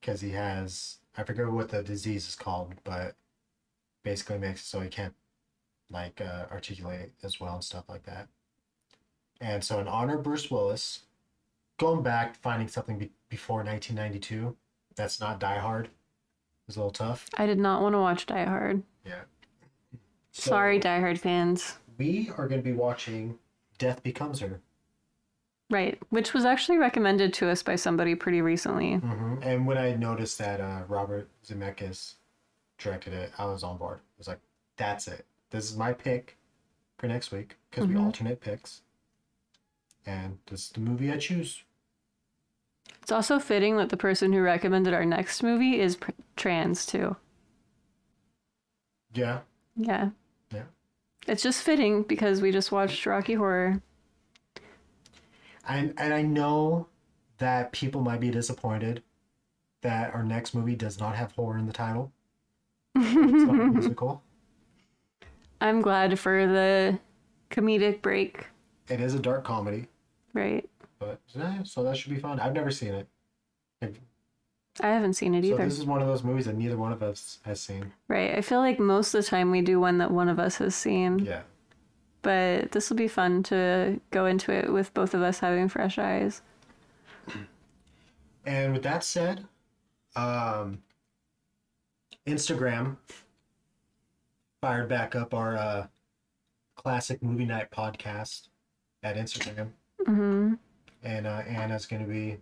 [SPEAKER 8] because he has, I forget what the disease is called, but basically makes it so he can't like uh, articulate as well and stuff like that. And so, in honor of Bruce Willis, going back, finding something be- before 1992 that's not Die Hard is a little tough.
[SPEAKER 6] I did not want to watch Die Hard.
[SPEAKER 8] Yeah.
[SPEAKER 6] Sorry, Die Hard fans.
[SPEAKER 8] we are going to be watching Death Becomes Her.
[SPEAKER 6] Right, which was actually recommended to us by somebody pretty recently.
[SPEAKER 8] And when I noticed that uh, Robert Zemeckis directed it, I was on board. I was like, that's it. This is my pick for next week because we alternate picks. And this is the movie I choose.
[SPEAKER 6] It's also fitting that the person who recommended our next movie is pr- trans too.
[SPEAKER 8] Yeah.
[SPEAKER 6] Yeah,
[SPEAKER 8] Yeah.
[SPEAKER 6] it's just fitting because we just watched Rocky Horror.
[SPEAKER 8] And, and I know that people might be disappointed that our next movie does not have horror in the title. It's not a musical.
[SPEAKER 6] I'm glad for the comedic break.
[SPEAKER 8] It is a dark comedy,
[SPEAKER 6] Right,
[SPEAKER 8] but eh, so that should be fun. I've never seen it. Have-
[SPEAKER 6] I haven't seen it
[SPEAKER 8] So
[SPEAKER 6] either.
[SPEAKER 8] this is one of those movies that neither one of us has seen.
[SPEAKER 6] Right, I feel like most of the time we do one that one of us has seen.
[SPEAKER 8] Yeah.
[SPEAKER 6] but this will be fun to go into it with both of us having fresh eyes.
[SPEAKER 8] And with that said, Um, Instagram fired back up our uh, classic movie night podcast at Instagram,
[SPEAKER 6] hmm
[SPEAKER 8] and uh, Anna's going to be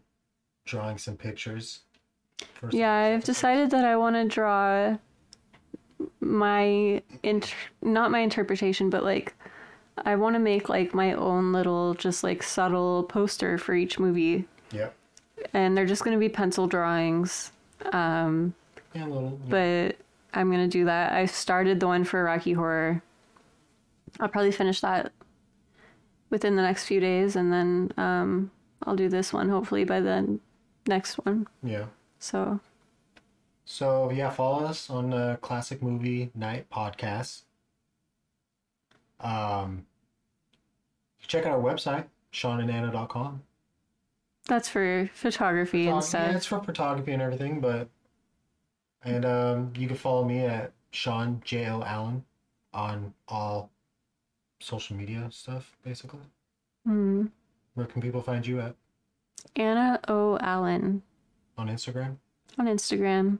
[SPEAKER 8] drawing some pictures. for some-
[SPEAKER 6] Yeah, I've decided that I want to draw my int- not my interpretation, but like I want to make like my own little just like subtle poster for each movie,
[SPEAKER 8] Yep.
[SPEAKER 6] and they're just going to be pencil drawings. Um,
[SPEAKER 8] Yeah, a little.
[SPEAKER 6] but I'm gonna do that. I started the one for Rocky Horror. I'll probably finish that within the next few days, and then um, I'll do this one hopefully by the next one.
[SPEAKER 8] Yeah.
[SPEAKER 6] So
[SPEAKER 8] So yeah, follow us on the Classic Movie Night podcast. Um, check out our website, SeanandAnna.com.
[SPEAKER 6] that's for photography and
[SPEAKER 8] Photog- yeah,
[SPEAKER 6] stuff.
[SPEAKER 8] it's for photography and everything, but and um, you can follow me at Sean J L Allen on all social media stuff, basically.
[SPEAKER 6] Mm.
[SPEAKER 8] Where can people find you at
[SPEAKER 6] Anna O. Allen
[SPEAKER 8] on Instagram?
[SPEAKER 6] on Instagram.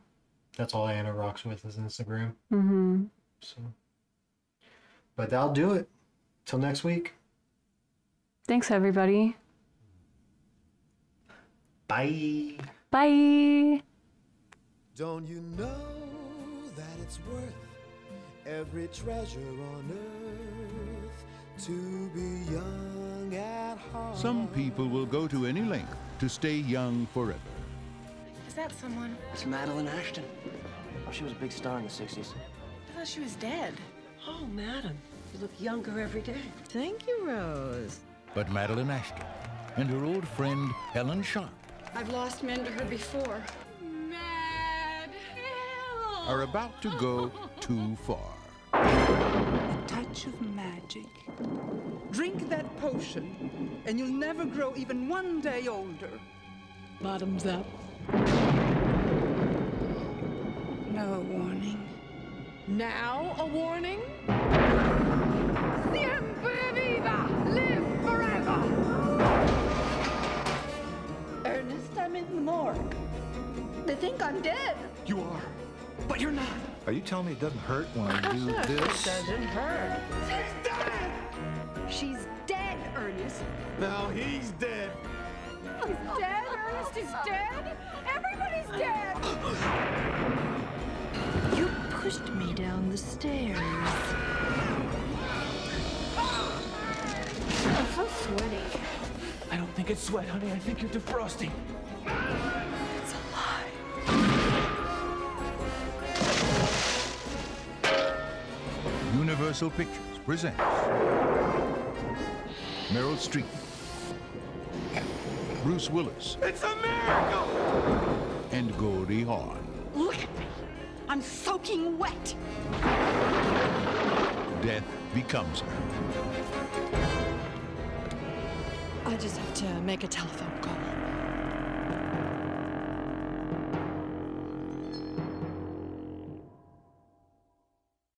[SPEAKER 8] That's all Anna rocks with is Instagram.
[SPEAKER 6] hmm
[SPEAKER 8] So, but that'll do it. Till next week.
[SPEAKER 6] Thanks everybody.
[SPEAKER 8] Bye.
[SPEAKER 6] Bye.
[SPEAKER 9] Don't you know that it's worth every treasure on earth to be young at heart?
[SPEAKER 10] Some people will go to any length to stay young forever.
[SPEAKER 11] Is that someone?
[SPEAKER 12] It's Madeline Ashton. Oh, she was a big star in the 60s.
[SPEAKER 11] I thought she was dead.
[SPEAKER 13] Oh, madam.
[SPEAKER 12] You look younger every day.
[SPEAKER 13] Thank you, Rose.
[SPEAKER 10] But Madeline Ashton and her old friend Helen Sharp
[SPEAKER 13] I've lost men to her before.
[SPEAKER 11] Mad
[SPEAKER 10] are about to go too far.
[SPEAKER 13] A touch of magic. Drink that potion, and you'll never grow even one day older. Bottoms up. No warning.
[SPEAKER 11] Now a warning? Siempre viva! Live forever!
[SPEAKER 13] Ernest, I'm in the morgue. They think I'm dead.
[SPEAKER 10] You are, but you're not. Are you telling me it doesn't hurt when I do this?
[SPEAKER 13] Doesn't hurt. She's dead! She's dead, Ernest.
[SPEAKER 9] Now he's dead.
[SPEAKER 11] He's dead? Ernest is dead? Everybody's dead!
[SPEAKER 14] You pushed me down the stairs. I'm so sweaty.
[SPEAKER 15] I don't think it's sweat, honey. I think you're defrosting.
[SPEAKER 14] It's a lie.
[SPEAKER 10] Universal Pictures presents Meryl Streep, Bruce Willis. It's a miracle! And Goldie Hawn.
[SPEAKER 13] Look at me. I'm soaking wet.
[SPEAKER 10] Death becomes her.
[SPEAKER 13] I just have to make a telephone call.